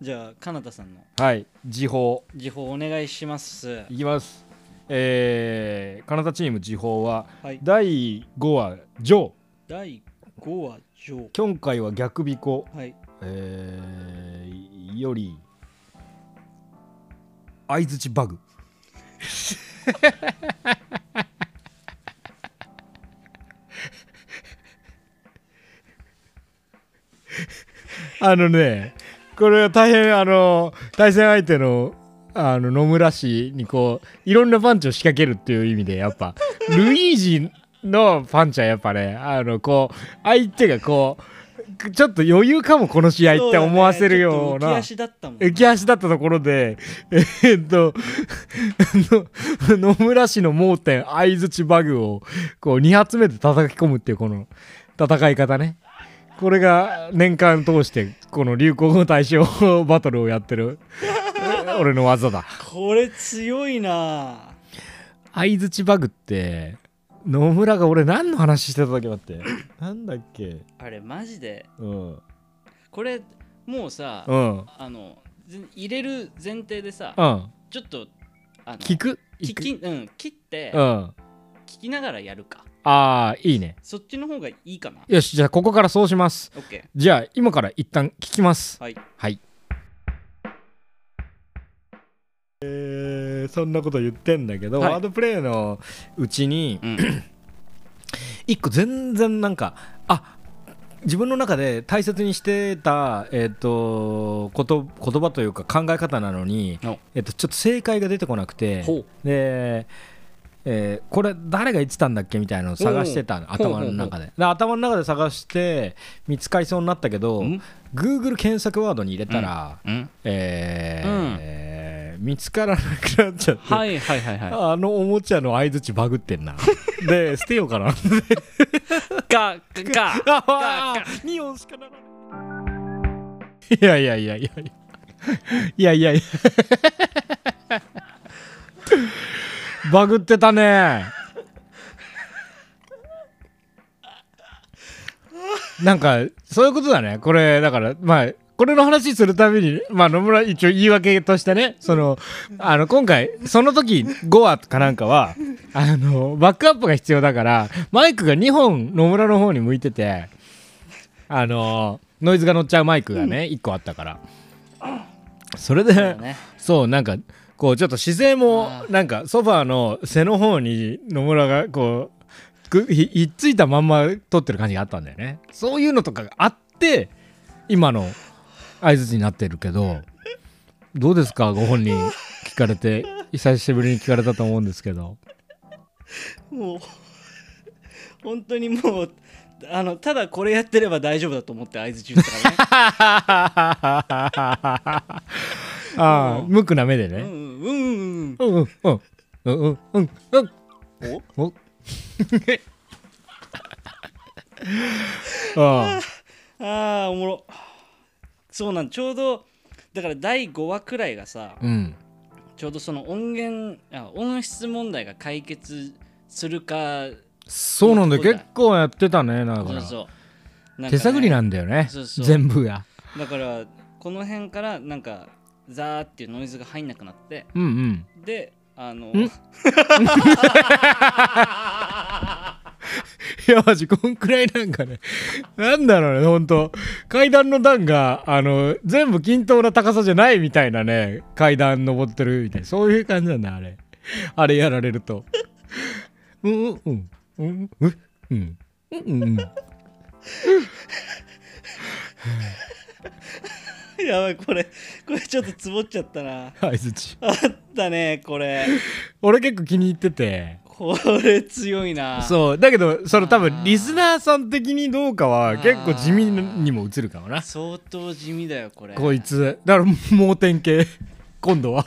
じゃあカナダさんのはい。時報。時報お願いしますいきます。えー、カナダチーム時報は、はい第5話、ジョー。第5話上今回は逆尾行。はいえー、より、相づちバグ。あのねこれは大変あの対戦相手のあの野村氏にこういろんなパンチを仕掛けるっていう意味でやっぱルイージのパンチはやっぱねあのこう相手がこうちょっと余裕かもこの試合って思わせるようそうだねちょっと浮き足なだったもん浮き足だったところでえーっとあの野村氏の盲点相づちバグをこう2発目で叩き込むっていうこの戦い方ねこれが年間通してこの流行語大賞バトルをやってる俺の技だこれ強いな相づちバグって野村が俺何の話してただけだってなんだっけあれマジでうんこれもうさ、うんあのぜ入れる前提でさ、うんちょっとあの聞く聞聞くき、うん、切って、うんあ聞きながらやるかあーいいねそっちの方がいいかなよしじゃあここからそうしますオッケじゃあ今から一旦聞きますーはいはいえーそんなこと言ってんだけど、はいワードプレイのうちに、うん一個全然なんかあ自分の中で大切にしてた、えー、とこと言葉というか考え方なのにお、えー、とちょっと正解が出てこなくてほうで、えーこれ誰が言ってたんだっけみたいなのを探してたのほうほう頭の中でで頭の中で探して見つかりそうになったけどうん Google 検索ワードに入れたら、うんえー見つからなくなっちゃって、はいはいはいはあのおもちゃの相づちバグっ てんなで捨てようかないかかか2音しかならないいやいやいやいやいやいやいやいやバグってたねなんかそういうことだねこれだからまあこれの話するたびに、まあ、野村一応言い訳としてねそのあの今回その時5話かなんかはあのバックアップが必要だからマイクが2本野村の方に向いててあのノイズが乗っちゃうマイクがね1個あったからそれでねそうなんかこうちょっと姿勢もあなんかソファーの背の方に野村がこうくひひっついたまんま撮ってる感じがあったんだよねそういうのとかがあって今の相づちになってるけどどうですかご本人聞かれて久しぶりに聞かれたと思うんですけどもう本当にもうあのただこれやってれば大丈夫だと思って合図中したかああ無垢な目 でらねうねんうんうんうんうんうんうんうんうんうんうんうんお あああーおもろそうなんちょうどだから第5話くらいがさうんちょうどその音源あ音質問題が解決するかそうなんだよそうだ結構やってたねだかそうらそうなんかね手探りなんだよねそうそう全部がだからこの辺からなんかザーっていうノイズが入んなくなってうんうんであのんいやマジこんくらいなんかね なんだろうねほんと階段の段があの全部均等な高さじゃないみたいなね階段登ってるみたいなそういう感じなんだあれあれやられるとうんうんうんうんうんうんうんうん やばいこれこれちょっとつぼっちゃったな相づちあったねこれ俺結構気に入っててこれ強いなそうだけどその多あ分ーリスナーさん的にどうかは結構地味にも映るかもな相当地味だよこれこいつだから盲点系今度は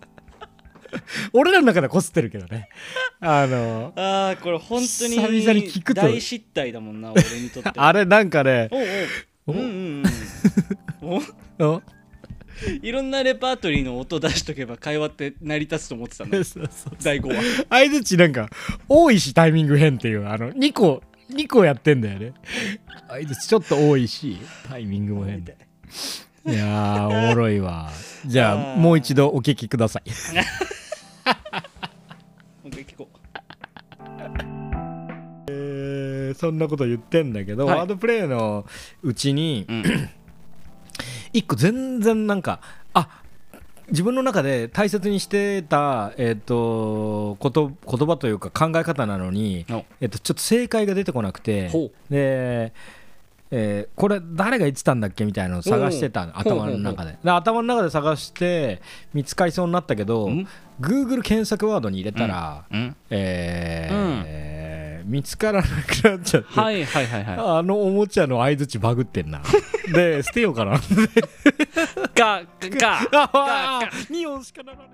俺らの中ではこすってるけどねあのああこれ本当に久々に聞くと大失態だもんな俺にとってあれなんかねおうおううんうんうんおおいろんなレパートリーの音出しとけば会話って成り立つと思ってたんだ そうそう第5話 相づちなんか多いしタイミング変っていうあの2個2個やってんだよね相づちちょっと多いしタイミングも変で いやーおもろいわじあゃあーもう一度お聞きくださいもう一回聞こうえーそんなこと言ってんだけど、はいワードプレイのうちに、うん 一個全然なんかあ自分の中で大切にしてた、えー、とこと言葉というか考え方なのにお、えー、とちょっと正解が出てこなくてほで、ええーこれ誰が言ってたんだっけみたいなのを探してたの、頭の中で,、で頭の中で探して見つかりそうになったけど、うん Google 検索ワードに入れたら、うんえーうんえー見つからなくなっちゃって、はいはいはいはあのおもちゃの相づちバグって んなで捨てようかない。か、か、か、あ2音しかならない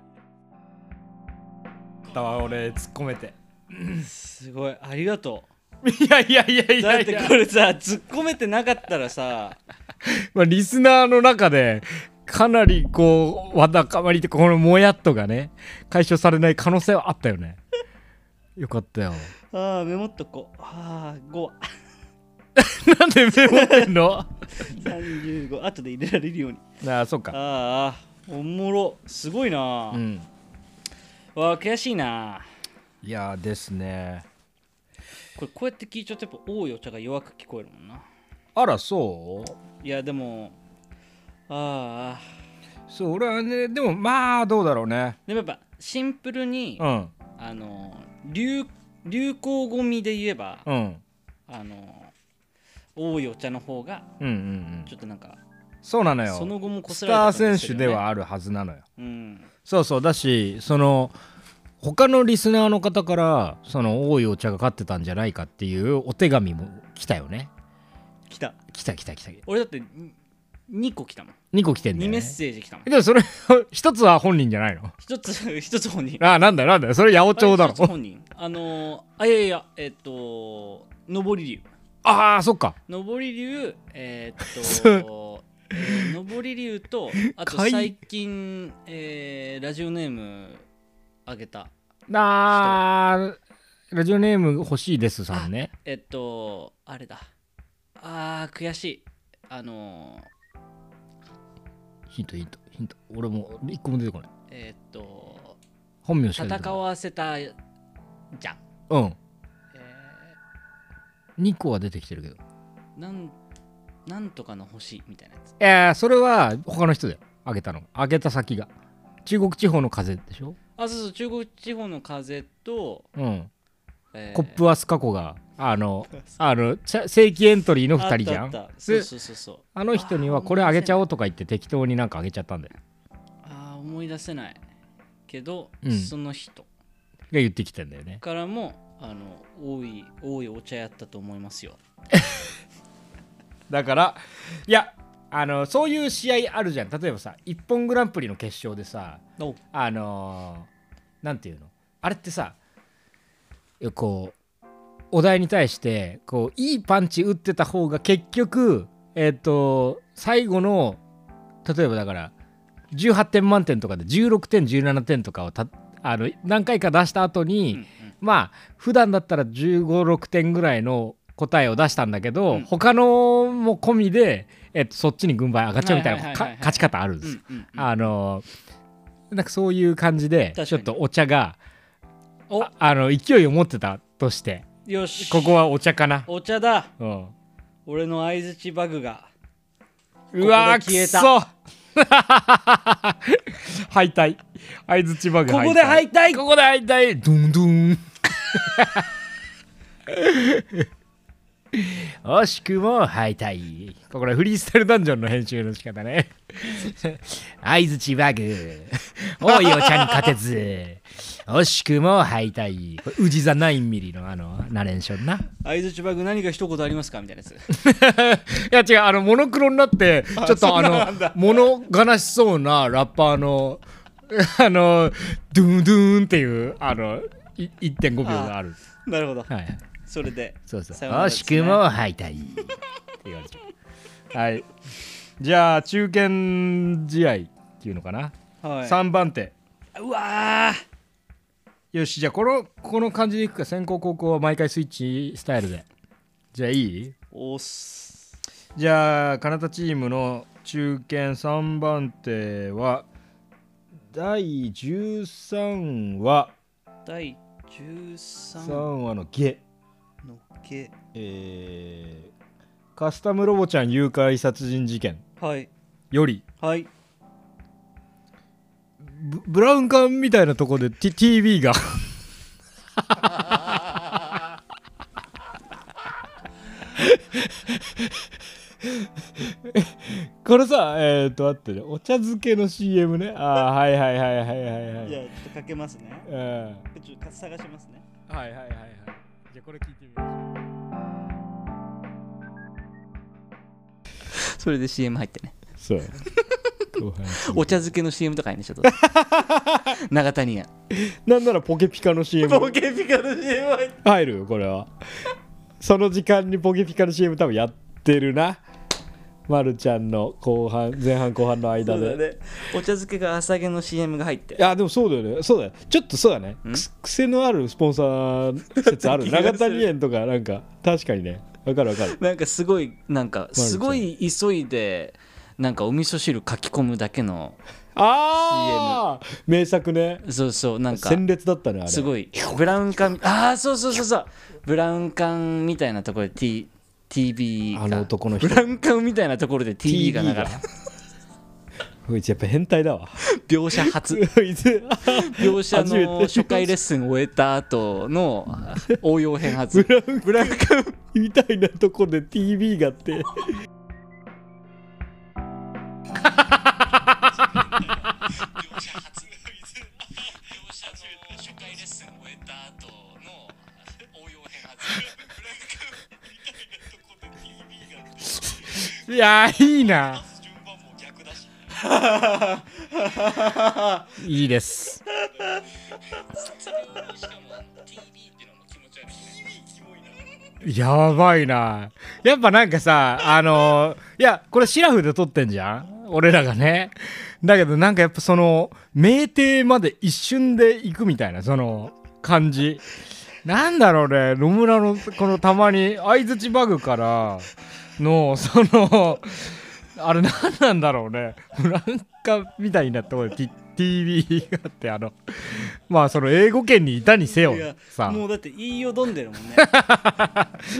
だわ俺突っ込めてすごい、ありがと。いやいやいやいうだやっいてやこれさ、突っ込めてなかったらさ、まあ、リスナーの中でかなりこうわだかまりってこのもやっとがね解消されない可能性はあったよねよかったよああ、メモっとこう。ああ、5、なんでメモってん の35、後で入れられるように。ああそうかああ、おもろ、すごいな。うんわあ、悔しいな。いやーですねこれ、こうやって聞いちゃうと、やっぱ、多いお茶が弱く聞こえるもんな。あらそういや、でも、ああ、そう俺はねでもまあどうだろうねでもやっぱ、シンプルに、うんあの、流流行ゴミで言えば、うんうんあの多いお茶の方がうんうんちょっとなんかそうなのよその後もこすスらタれーた感選じす手るよねではあるはずなのようんそうそうだしその他のリスナーの方からその多いお茶が勝ってたんじゃないかっていうお手紙も来たよね来た来た来た来た俺だってに2個来たもん2個来てんだ2よ、メッね、セージ来たもんでもそれ一つは本人じゃないの一つ 一つ本人ああなんだよなんだよそれ八百長だあ一つろ本人あのーあいやいやえっと上り竜ああそっか上り竜えーっとえー上り竜 とあとかい最近、えーラジオネームあげたあーラジオネーム欲しいですさんねえっと、あれだ。あー、悔しい。あのヒントヒントヒント俺もう一個も出てこないー、えっと、本名しか出て戦こわせたじゃん。ないうんえ2個は出てきてるけどーなん、なんとかの星みたいなやつ。えー、それは他の人だよあげたのあげた先が中国地方の風でしょあ、そうそう、中国地方の風と、うん、えーコップアスカコがあのあのちゃ正規エントリーの2人じゃあっんたああったそうそうそうそう。の人にはこれあげちゃおうとか言って適当になんかあげちゃったんだよあー、思い出せない。けど、うんその人が言ってきてんだよねからも、あの、多い、多いお茶やったと思いますよ。だからいやあのそういう試合あるじゃん例えばさ「一本グランプリ」の決勝でさおあのーなんていうのあれってさこうお題に対してこういいパンチ打ってた方が結局えっ、と最後の例えばだから18点満点とかで16点17点とかをたあの何回か出した後に、うんうんまあ普段だったら1 5 6点ぐらいの答えを出したんだけど、うん他のも込みで、えっとそっちに軍配上がっちゃうみたいはなはいいはいかはい勝ち方あるんうですよんうんうんあのなんかそういう感じで確かにちょっとお茶がおああの勢いを持ってたとしてよし、ここはお茶かな、お茶だ。うん、俺の相づちバグがうわー消えたくそ 敗退相づちバグここで敗退ここで敗退ドゥンド ゥン惜しくも敗退これフリースタイルダンジョンの編集の仕方ね 相づちバグ多いお茶に勝てず惜しくも敗退これ宇治座9ミリのあのナレーションな相づちバグ何か一言ありますかみたいなやつ いや違うあのモノクロになってちょっとあの物悲しそうなラッパーのあの ドゥンドゥーンっていうあのい1.5秒がある なるほどはいそれでそうそうさよなら惜ですしねくも敗退って言われちゃうはいじゃあ中堅試合っていうのかな、はい3番手うわーよしじゃあこのこの感じでいくか先攻後攻は毎回スイッチスタイルでじゃあいいおっすじゃあカナダチームの中堅3番手は第13話第13 3の話のゲ、けえーカスタムロボちゃん誘拐殺人事件はいよりはいブブラウン管みたいなとこで、T、TV がこれさえっ、とあってねお茶漬けの CM ねああはいはいはいはいはいはいじゃあちょっとかけますね。うんはいちょっと探しますね。はいはいはいじゃあこれ聞いてみまそれで CM 入ってね。しょうそう後半お茶漬けの CM とかいいね、 ちょっと。長谷や。 なんならポケピカの CM ケピカの CM 入って。入るよこれはその時間にポケピカの CM 多分やってるなまるちゃんの後半前半後半の間で、ね。お茶漬けが朝毛の CM が入ってい。やでもそうだよねそうだよちょっとそうだねんくす癖のあるスポンサー説あ る気がする長谷園とかなんか確かにねわかるわ かるなんかすごい、なんかちゃんすごい急いで、なんかお味噌汁書き込むだけの、ああ名作ねそうそう、なんか。鮮烈だったねあれすごいブラウン管ああそうそうそうそうブラウン管みたいなところで、T、TB があの男の人ブラウン管みたいなところで TB が流れ TB こいつやっぱ変態だ わ描写初こいつ描写初めのて初回レッスンを終えた後の応用編発ブラウンブラウンみたいなとこで TV があっていやいいないいですやばいなやっぱなんかさあのいやこれシラフで撮ってんじゃん俺らがねだけどなんかやっぱその名帝まで一瞬で行くみたいなその感じなんだろうね野村のこのたまに相づちバグからのそのあれ何なんだろうねなんかみたいなとこで T- TV があってあのまあその英語圏にいたにせよいやさ もうだって言いよどんでるもんね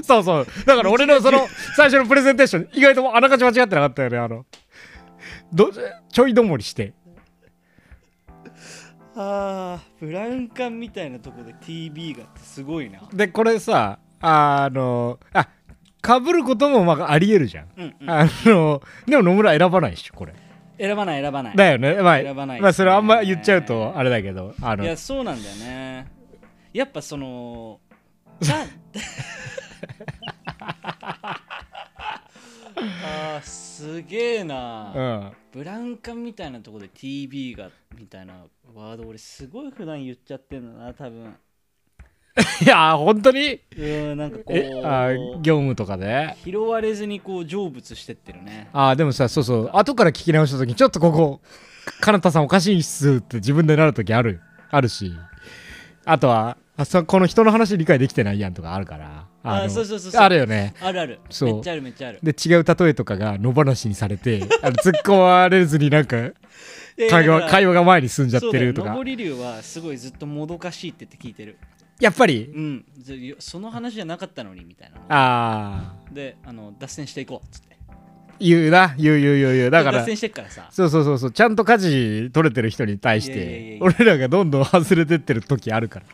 そうそう。だから俺のその最初のプレゼンテーション、意外とあながち間違ってなかったよね。あの、どちょいどもりして。 あーブラウン管みたいなところで TB がってすごいなで、これさ、あの、あ、かぶることもまああり得るじゃん。うん、うん、あの、でも野村選ばないでしょ、これ。選ばない選ばないだよね。まあ、選ばないまあ、それあんま言っちゃうとあれだけど、あのい、やそうなんだよねやっぱそのち ゃんあーすげえな、うん。ブラウン管みたいなところで TB がみたいなワード俺すごい普段言っちゃってんだな多分いや、本当にうーんなんかこえあう業務とかで。拾われずにこう成仏してってるねあーでもさそうそう後から聞き直した時にちょっとここかなたさんおかしいっすって自分でなる時あるあるしあとはあそこの人の話理解できてないやんとかあるからあのそうそうそうそうあるよねあるあるそうめっちゃあるめっちゃあるで違う例えとかが野放しにされてあの突っ込まれずになんかで会だ話から会話が前に進んじゃっそうてだよるとか上り竜はすごいずっともどかしいって言って聞いてるやっぱりうんずよその話じゃなかったのにみたいなのああであの脱線していこうっつって言うな言う言う言う言うだか脱ら線してっからさそうそうそうそうちゃんと家事取れてる人に対しいやいやいやていや俺らがどんどん外れてってる時あるから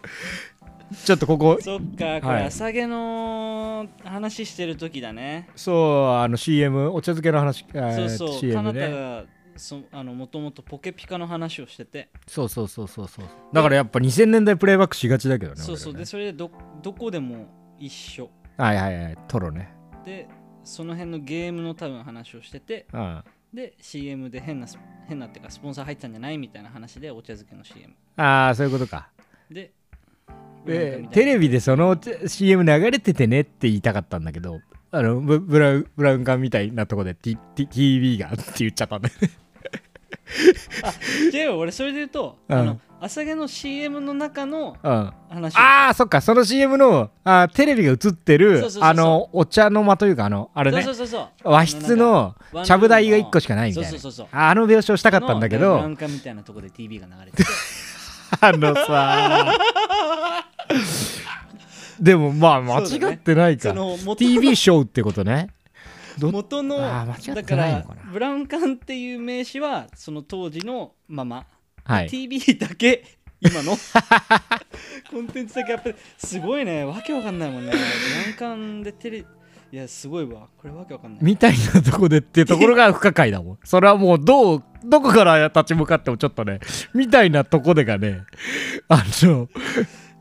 ちょっとここそっかこはいれ朝毛の話してる時だね、そう、あの CM、お茶漬けの話、えーそうそう、か CM なたね。がそあのもともとポケピカの話をしてて、そうそうそうそうそう。だからやっぱ2000年代プレイバックしがちだけどね。そうそうで俺らねそれでどどこでも一緒はいはいはい、トロね。でその辺のゲームの多分話をしててうん。で CM で変なス変なっていうかスポンサー入ったんじゃないみたいな話でお茶漬けの CM ああ、そういうことか。ででテレビビでその CM 流れててねって言いたかったんだけど、あのブブラウブラウン管みたいなとこで T T TV がって言っちゃったんだよね。違うよ俺それで言うと、うんあの朝毛の CM の中のうん。話ああ、そっか、その CM のあーテレビが映ってそるうそうそうそうあのお茶の間というか、あの、ああれねそう、そうそうそう和室のなんかちゃぶ台が1個しかないみたいな。そうそうそうそうああの描写をしたかったんだけのど。なんかみたいなとこで TV が流れててあのさでもまあ間違ってないか、その元の TV ショーってことねど元のあー間違ってだかないのらかなブラウン管っていう名詞はその当時のまま、はい TV だけ今 のコンテンツだけやっぱりすごいねわけわかんないもんねブラウン管でテレいやすごいわこれわけわかんないみたいなとこでってところが不可解だもんそれはもうどうどこから立ち向かってもちょっとねみたいなとこでがねあの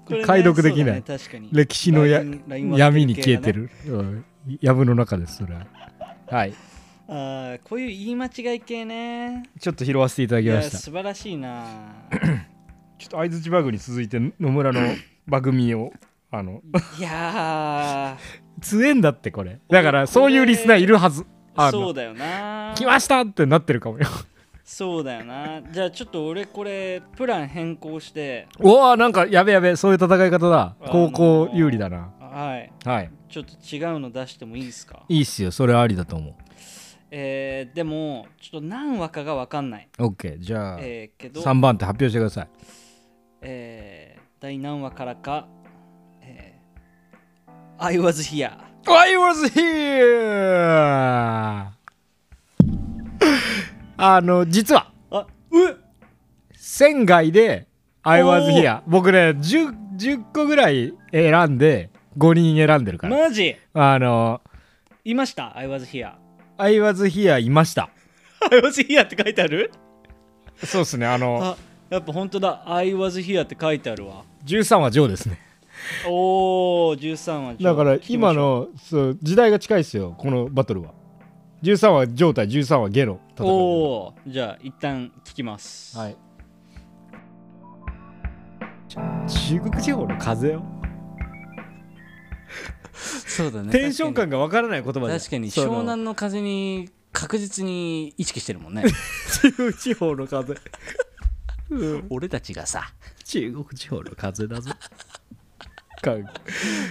これね解読できないそうだね確かに歴史のやラインラインワーク闇に消えて系る、うん、闇の中ですそれははいだねあーこういう言い間違い系ねちょっと拾わせていただいきまやした素晴らしいな ちょっと相づちバグに続いて 野村の番組をあの いや強えんだってこれだからそういうリスナーいるはずーあそうのだよな来ましたってなってるかもよそうだよなじゃあちょっと俺これプラン変更して おおなんかやべやべそういう戦い方だあの高ー校有利だなはいはいちょっと違うの出してもいいですかいいっすよそれありだと思えー、でもちょっと何話かがわかんない、う OK じゃあ、えー、けど、 3番って発表してくださいえー、第何話からか、えー、I was here I was here あの実はあうっ仙外で I was おー here 僕ね 10, 10個ぐらい選んで5人選んでるから、マジあのいました I was here I was here いました I was here って書いてあるそうですねあのあやっぱ本当だ I was here って書いてあるわ13はジョーですねおお13話だから今のそう時代が近いですよこのバトルは13はジョー対13はゲロ戦いおおーじゃあ一旦聞きますはい中国地方の風よそうだねテンション感がわからない言葉で確かにその湘南の風に確実に意識してるもんね中国 地方の風 俺たちがさ中国地方の風だぞか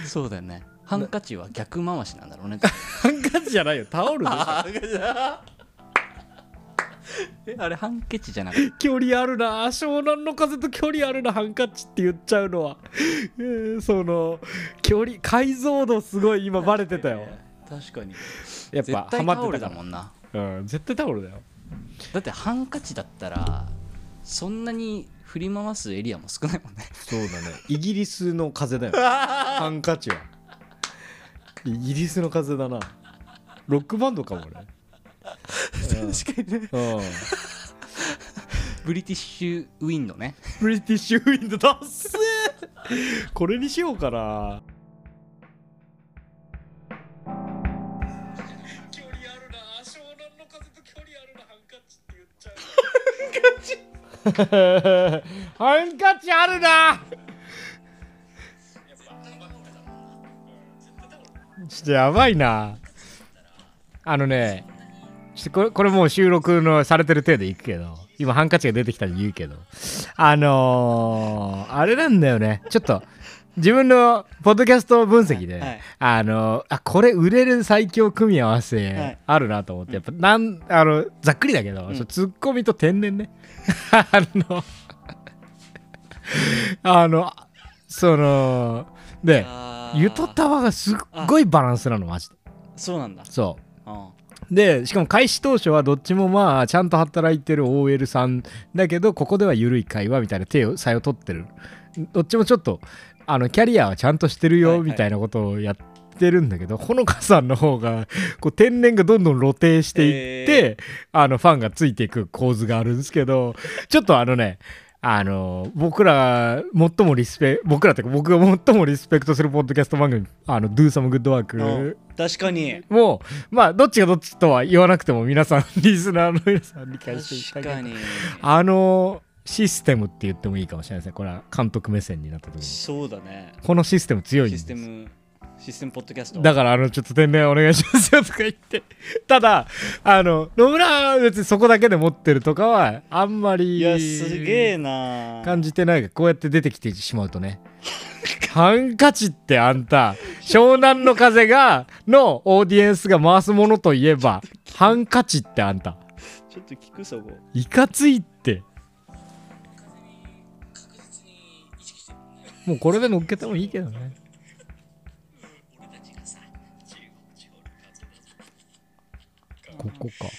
そうだよねハンカチは逆回しなんだろうねハンカチじゃないよタオルでしょえ あれハンケチじゃなくて距離あるな湘南の風と距離あるなハンカチって言っちゃうのは、えーその距離解像度すごい今バレてたよ確かにやっ絶ぱハ対マタっオてルただかもんなら、うん、絶対タオルだよだってハンカチだったらそんなに振り回すエリアも少ない もんねそうだねイギリスの風 だよハンカチはイギリスの風だなロックバンドかも俺確かにねうんブリティッシュウィンドねブリティッシュウィンドダッセーこれにしようかなハンカチあるなちょっとやばいなあのねちょっとこれこれもう収録のされてる程度いくけど今ハンカチが出てきたんで言うけどあのー、あれなんだよねちょっと自分のポッドキャスト分析で、はいはいあのーあこれ売れる最強組み合わはせいあるなと思って、やっぱなんあのざっくりだけど、んそうツッコミと天然ね あのあのそのであーゆとたわがすっごいバランスなのマジでそうなんだそうあでしかも開始当初はどっちもまあちゃんと働いてる OL さんだけどここでは緩い会話みたいな手を差を取ってるどっちもちょっとあのキャリアはちゃんとしてるはいよはいみたいなことをやってるんだけど、ほのかさんの方がこう天然がどんどん露呈していって、あのファンがついていく構図があるんですけどちょっとあのねあの僕ら最もリスペ僕らっていうか僕が最もリスペクトするポッドキャスト番組「あの Do Some Good うん Work」確かにもうまあどっちがどっちとは言わなくても皆さんリスナーの皆さん理解していた確だかけにあのシステムって言ってもいいかもしれないですねこれは監督目線になった時にそうだねこのシステム強いんでシすステムシステムポッドキャストだからあのちょっと天然お願いしますよとか言ってただあの野村は別にそこだけで持ってるとかはあんまりいやすげえな感じてないがこうやって出てきてしまうとねハンカチってあんた湘南の風がのオーディエンスが回すものといえばハンカチってあんたちょっと聞くそこいかついってもうこれで乗っけてもいいけどねここか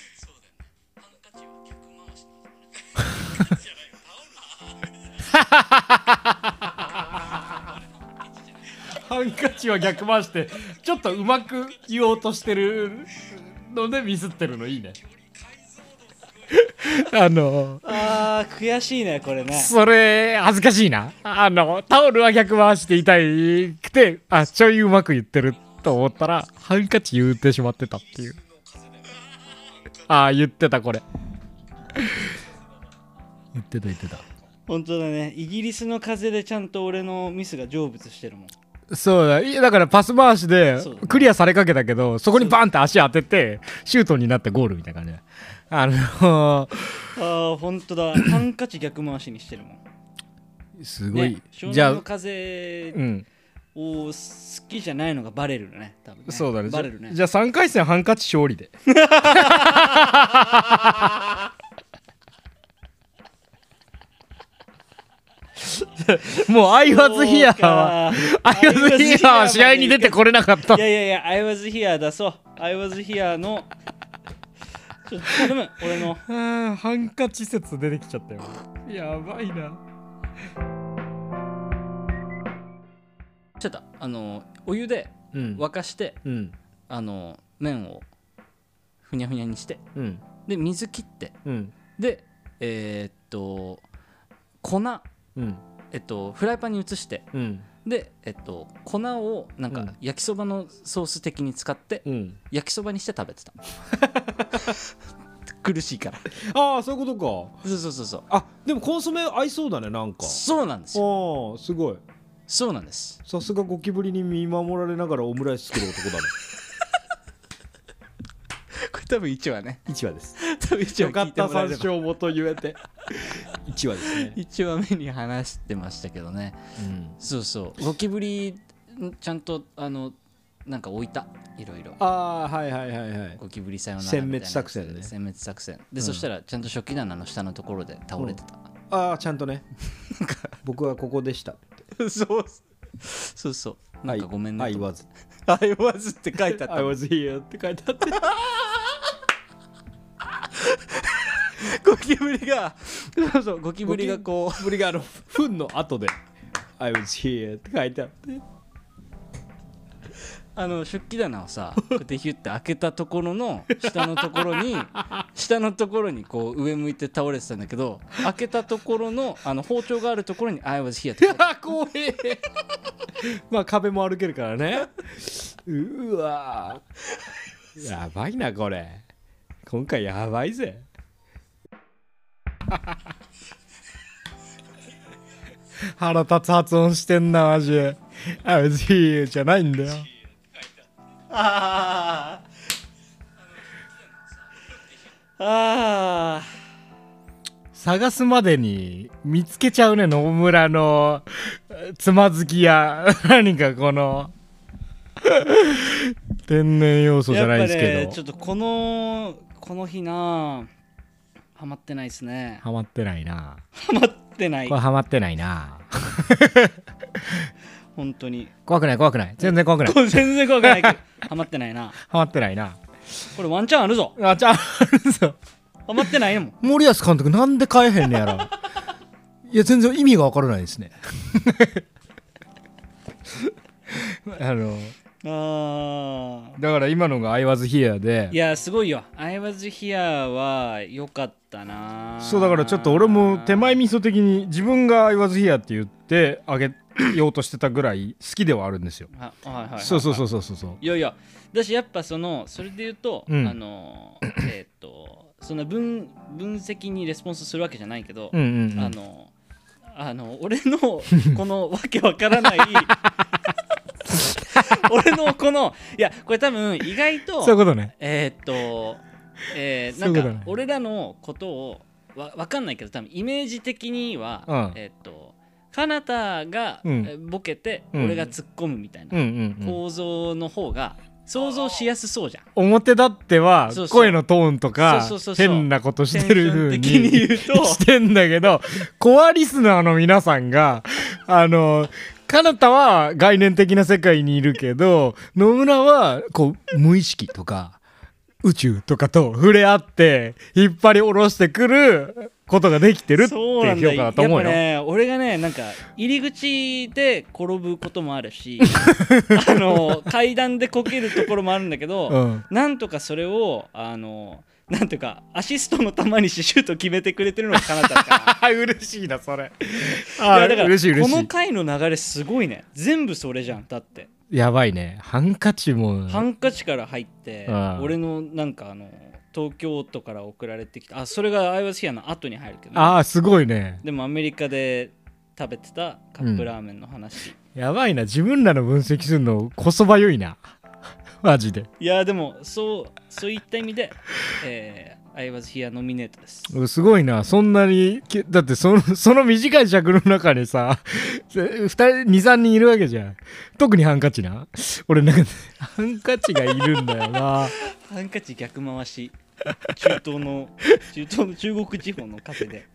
ハンカチは逆回してちょっとうまく言おうとしてるのでミスってるのいいねあのあー悔しいねこれねそれ恥ずかしいなあのタオルは逆回して痛いくてあちょいうまく言ってると思ったらハンカチ言ってしまってたっていうああ言ってたこれ言ってた言ってた本当だねイギリスの風でちゃんと俺のミスが成仏してるもんそうだいやだからパス回しでそうだねクリアされかけたけどそこにバンって足当ててシュートになってゴールみたいな感じだああのあ本当だハンカチ逆回しにしてるもんすごい、ね湘じゃ南のあ風うんを好きじゃないのがバレるね多分ねそうだね。バレるねじゃあ3回戦ハンカチ勝利で。 もうアイワズヒヤーは、そうかアイワズヒヤーは試合に出てこれなかったい。やいやいや I was here だそう I was here のちょっと頼む俺のハンカチ説出てきちゃったよ。やばいな。ちょっとあのお湯でうん。沸かして、うん。あの麺をふにゃふにゃにしてうん。で水切ってうん。でえーっと粉うん。えっとフライパンに移してうん。でえっと粉をなんうかん焼きそばのソース的に使って、うん。焼きそばにして食べてた苦しいからああ、そういうことか。そうそうそうそうあでもコンソメ合いそうだね、なんか。そうなんですよああ、すごい。そうなんですさすがゴキブリに見守られながらオムライス作る男だね。 これ多分1話ね1話 です。多分1話聞いてもらえれば勝元言えて。1話ですね。 1話目に話してましたけどねそうそうゴキブリんちゃんとあのなんか置いたいろいろああ、はいはいはいはい。ゴキブリさよなら殲滅作戦ね殲滅作戦で、んそしたらちゃんと食器棚の下のところで倒れてた、ああ、ちゃんとね。僕はここでした。そうそうそうなんかごめんね、 I と was. I was って書いてあった I was here って書いてあって。ゴキブリがそうそうゴキブリがこう。ブリがあの、ふんの後で。I was here って書いてあって。うあの食器棚をさ こうやってヒュッて開けたところの下のところ に下のところにこう上向いて倒れてたんだけど開けたところのあの包丁があるところに I was here って書いてあったあ怖え。まあ壁も歩けるからね。うーわー。やばいな、これ。今回やばいぜ。腹立つ発音してんな、マジ。あ、別にじゃないんだよ。あーあ探すまでに見つけちゃうね、野村のつまずきや、何かこの、天然要素ーじやゃっないぱですけど。ねちょっとこのこの日なハマってないです ねハマってないな。ハマってないこれハマってないな。本当に怖くない怖くない。全然怖くない。これ全然怖くないけどハマってないなハマってないな。これワンチャンあるぞあ、じゃあ、嘘ハマってない もん森保監督なんで変えへんねやろ。いや、全然意味がわからないですね。 あの、あだから今のが I was here ーいで。やすごいよ I was here は良かったなそうだからちょっと俺も手前味噌的に自分が I was here って言ってあげようとしてたぐらい好きではあるんですよ。あはいはいはいはいそうそうそうそうそうそう。いやいやだしやっぱそのそれで言うと、うんあのえーっとその分分析にレスポンスするわけじゃないけど、うんうん、うん。あのあの俺のこのわけわから ない俺のこのいやこれ多分意外とそういうことね。えーっと、えーそういうことなんかね俺らのことをわわかんないけど多分イメージ的には、うんえーっとかなたが、うんえーボケて、うん俺が突っ込むみたいなうんうん、うん。構造の方が想像しやすそうじゃん。表立ってはそうそう声のトーンとかそうそうそうそう変なことしてる風テンションに 的に言うとしてんだけどコアリスナーの皆さんがあのかなたは概念的な世界にいるけど野村はこう無意識とか宇宙とかと触れ合って引っ張り下ろしてくることができてるってそうないんうだ評価だと思うよ。やっぱね俺がねなんか入り口で転ぶこともあるしあの階段でこけるところもあるんだけど、うん なんとかそれをあのなんていうかアシストの球にしシュート決めてくれてるのがかなたかあ嬉しいなそれ。ら あいやだから嬉しい嬉こしのい。回の流れすごいね全部それじゃんだって、やばいねハンカチもハンカチから入って、うん俺のなんかあの東京都から送られてきたあそれが「アイワスヒア」の後に入るけどね、ああすごいね。でもアメリカで食べてたカップラーメンの話、やばいな自分らの分析するのこそばゆいなマジで。いやでもそうそういった意味で、えー、I was here ノミネートです。うんすごいなそんなにけだってそのその短い尺の中にさ2 人23人いるわけじゃん特にハンカチな俺なんかハンカチがいるんだよなハンカチ逆回し中東の 中東の中国地方の風で。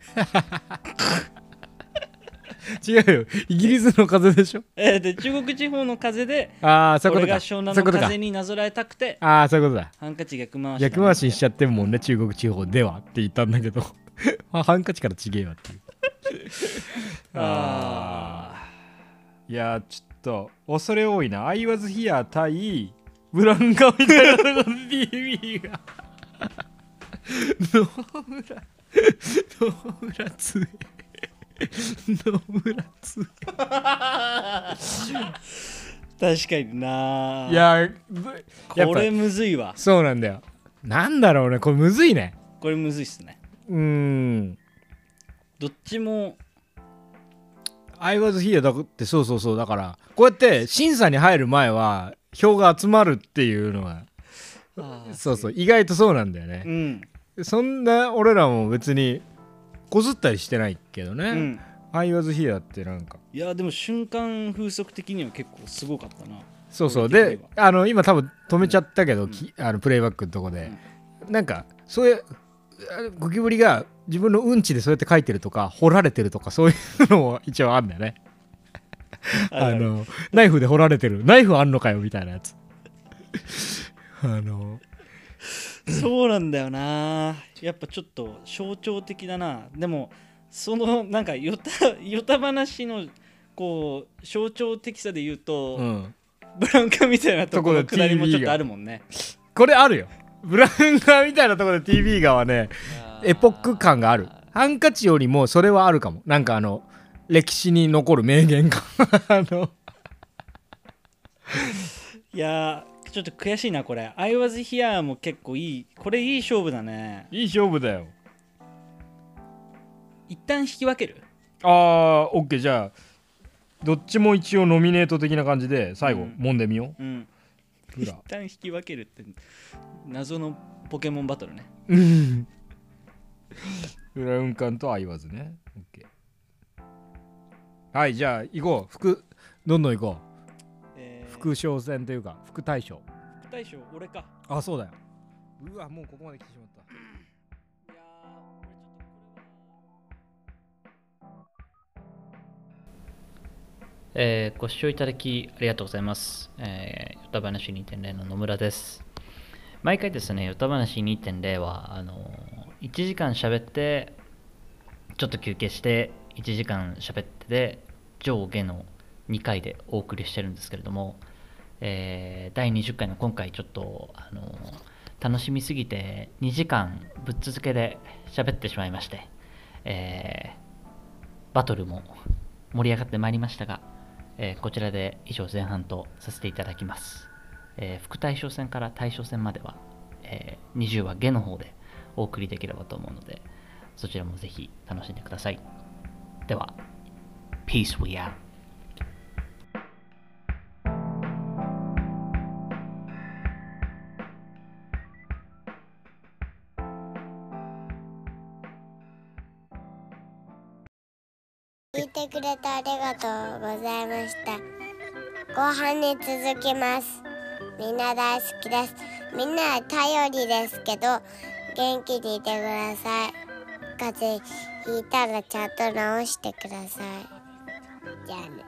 違うよイギリスの風でしょえーで中国地方の風でああそういうこ俺とがか湘そ南のういうことか風になぞらえたくてああそういうことだハンカチ逆回し逆回しにしちゃゃってるもんね中国地方ではって言ったんだけど あハンカチからちげえわっていうあいやーちょっと恐れ多いな「I was here」対ブランガみたいなの DB が野村野村つえ野村つー確かになえいやーぶやっこぱれむずいわそうなんだよなんだろうねこれむずいねこれむずいっすねうーんどっちも「I was here」だってそうそうそうだからこうやって審査に入る前は票が集まるっていうのはあーそうそう意外とそうなんだよね、うんそんな俺らも別にこずったりしてないけどうねん「I was here」ってなんかいやでも瞬間風速的には結構すごかったなそうそう俺で的にあの今多分止めちゃったけど、きあのプレイバックのとこで、なんかそういうあゴキブリが自分のうんちでそうやって書いてるとか掘られてるとかそういうのも一応あんだよねあのナイフで掘られてるナイフあんのかよみたいなやつ あの そうなんだよなやっぱちょっと象徴的だなでもそのなんかヨタ ヨタ話のこう象徴的さで言うと、うんブランカみたいなところのとこくろだ TV りもちょっとあるもんねこれあるよブランガーみたいなところで TV 側ねエポック感があるハンカチよりもそれはあるかもなんかあの歴史に残る名言か あのいやーちょっと悔しいなこれ「I was here」も結構いいこれいい勝負だねいい勝負だよ一旦引き分けるあーオッケーじゃあどっちも一応ノミネート的な感じで最後、うん揉んでみようんう 一旦引き分けるって謎のポケモンバトルねブラウン管とは言わずねオッケーはいじゃあ行こう副どんどん行こうえー副賞戦というか副大賞大将俺かあそうだようわもうここまで来てしまったいやー俺ちょっとこれはえーご視聴いただきありがとうございます。えー、ヨタ話2.0の野村です。毎回ですね、ヨタ話2.0は、あのー、1時間喋って、ちょっと休憩して、1時間喋ってで、上下の2回でお送りしてるんですけれども、えー第20回の今回、ちょっと、あのー楽しみすぎて、2時間ぶっ続けで喋ってしまいまして、えーバトルも盛り上がってまいりましたが、えーこちらで以上前半とさせていただきます、えー副大将戦から大将戦までは、えー20話下の方でお送りできればと思うのでそちらもぜひ楽しんでくださいでは Peace we out 「聞いてくれてありがとうございました」「後半に続きます」「みんな大好きです」「みんな頼りですけど元気にいてください」「風邪ひいたらちゃんと治してください」じゃあね。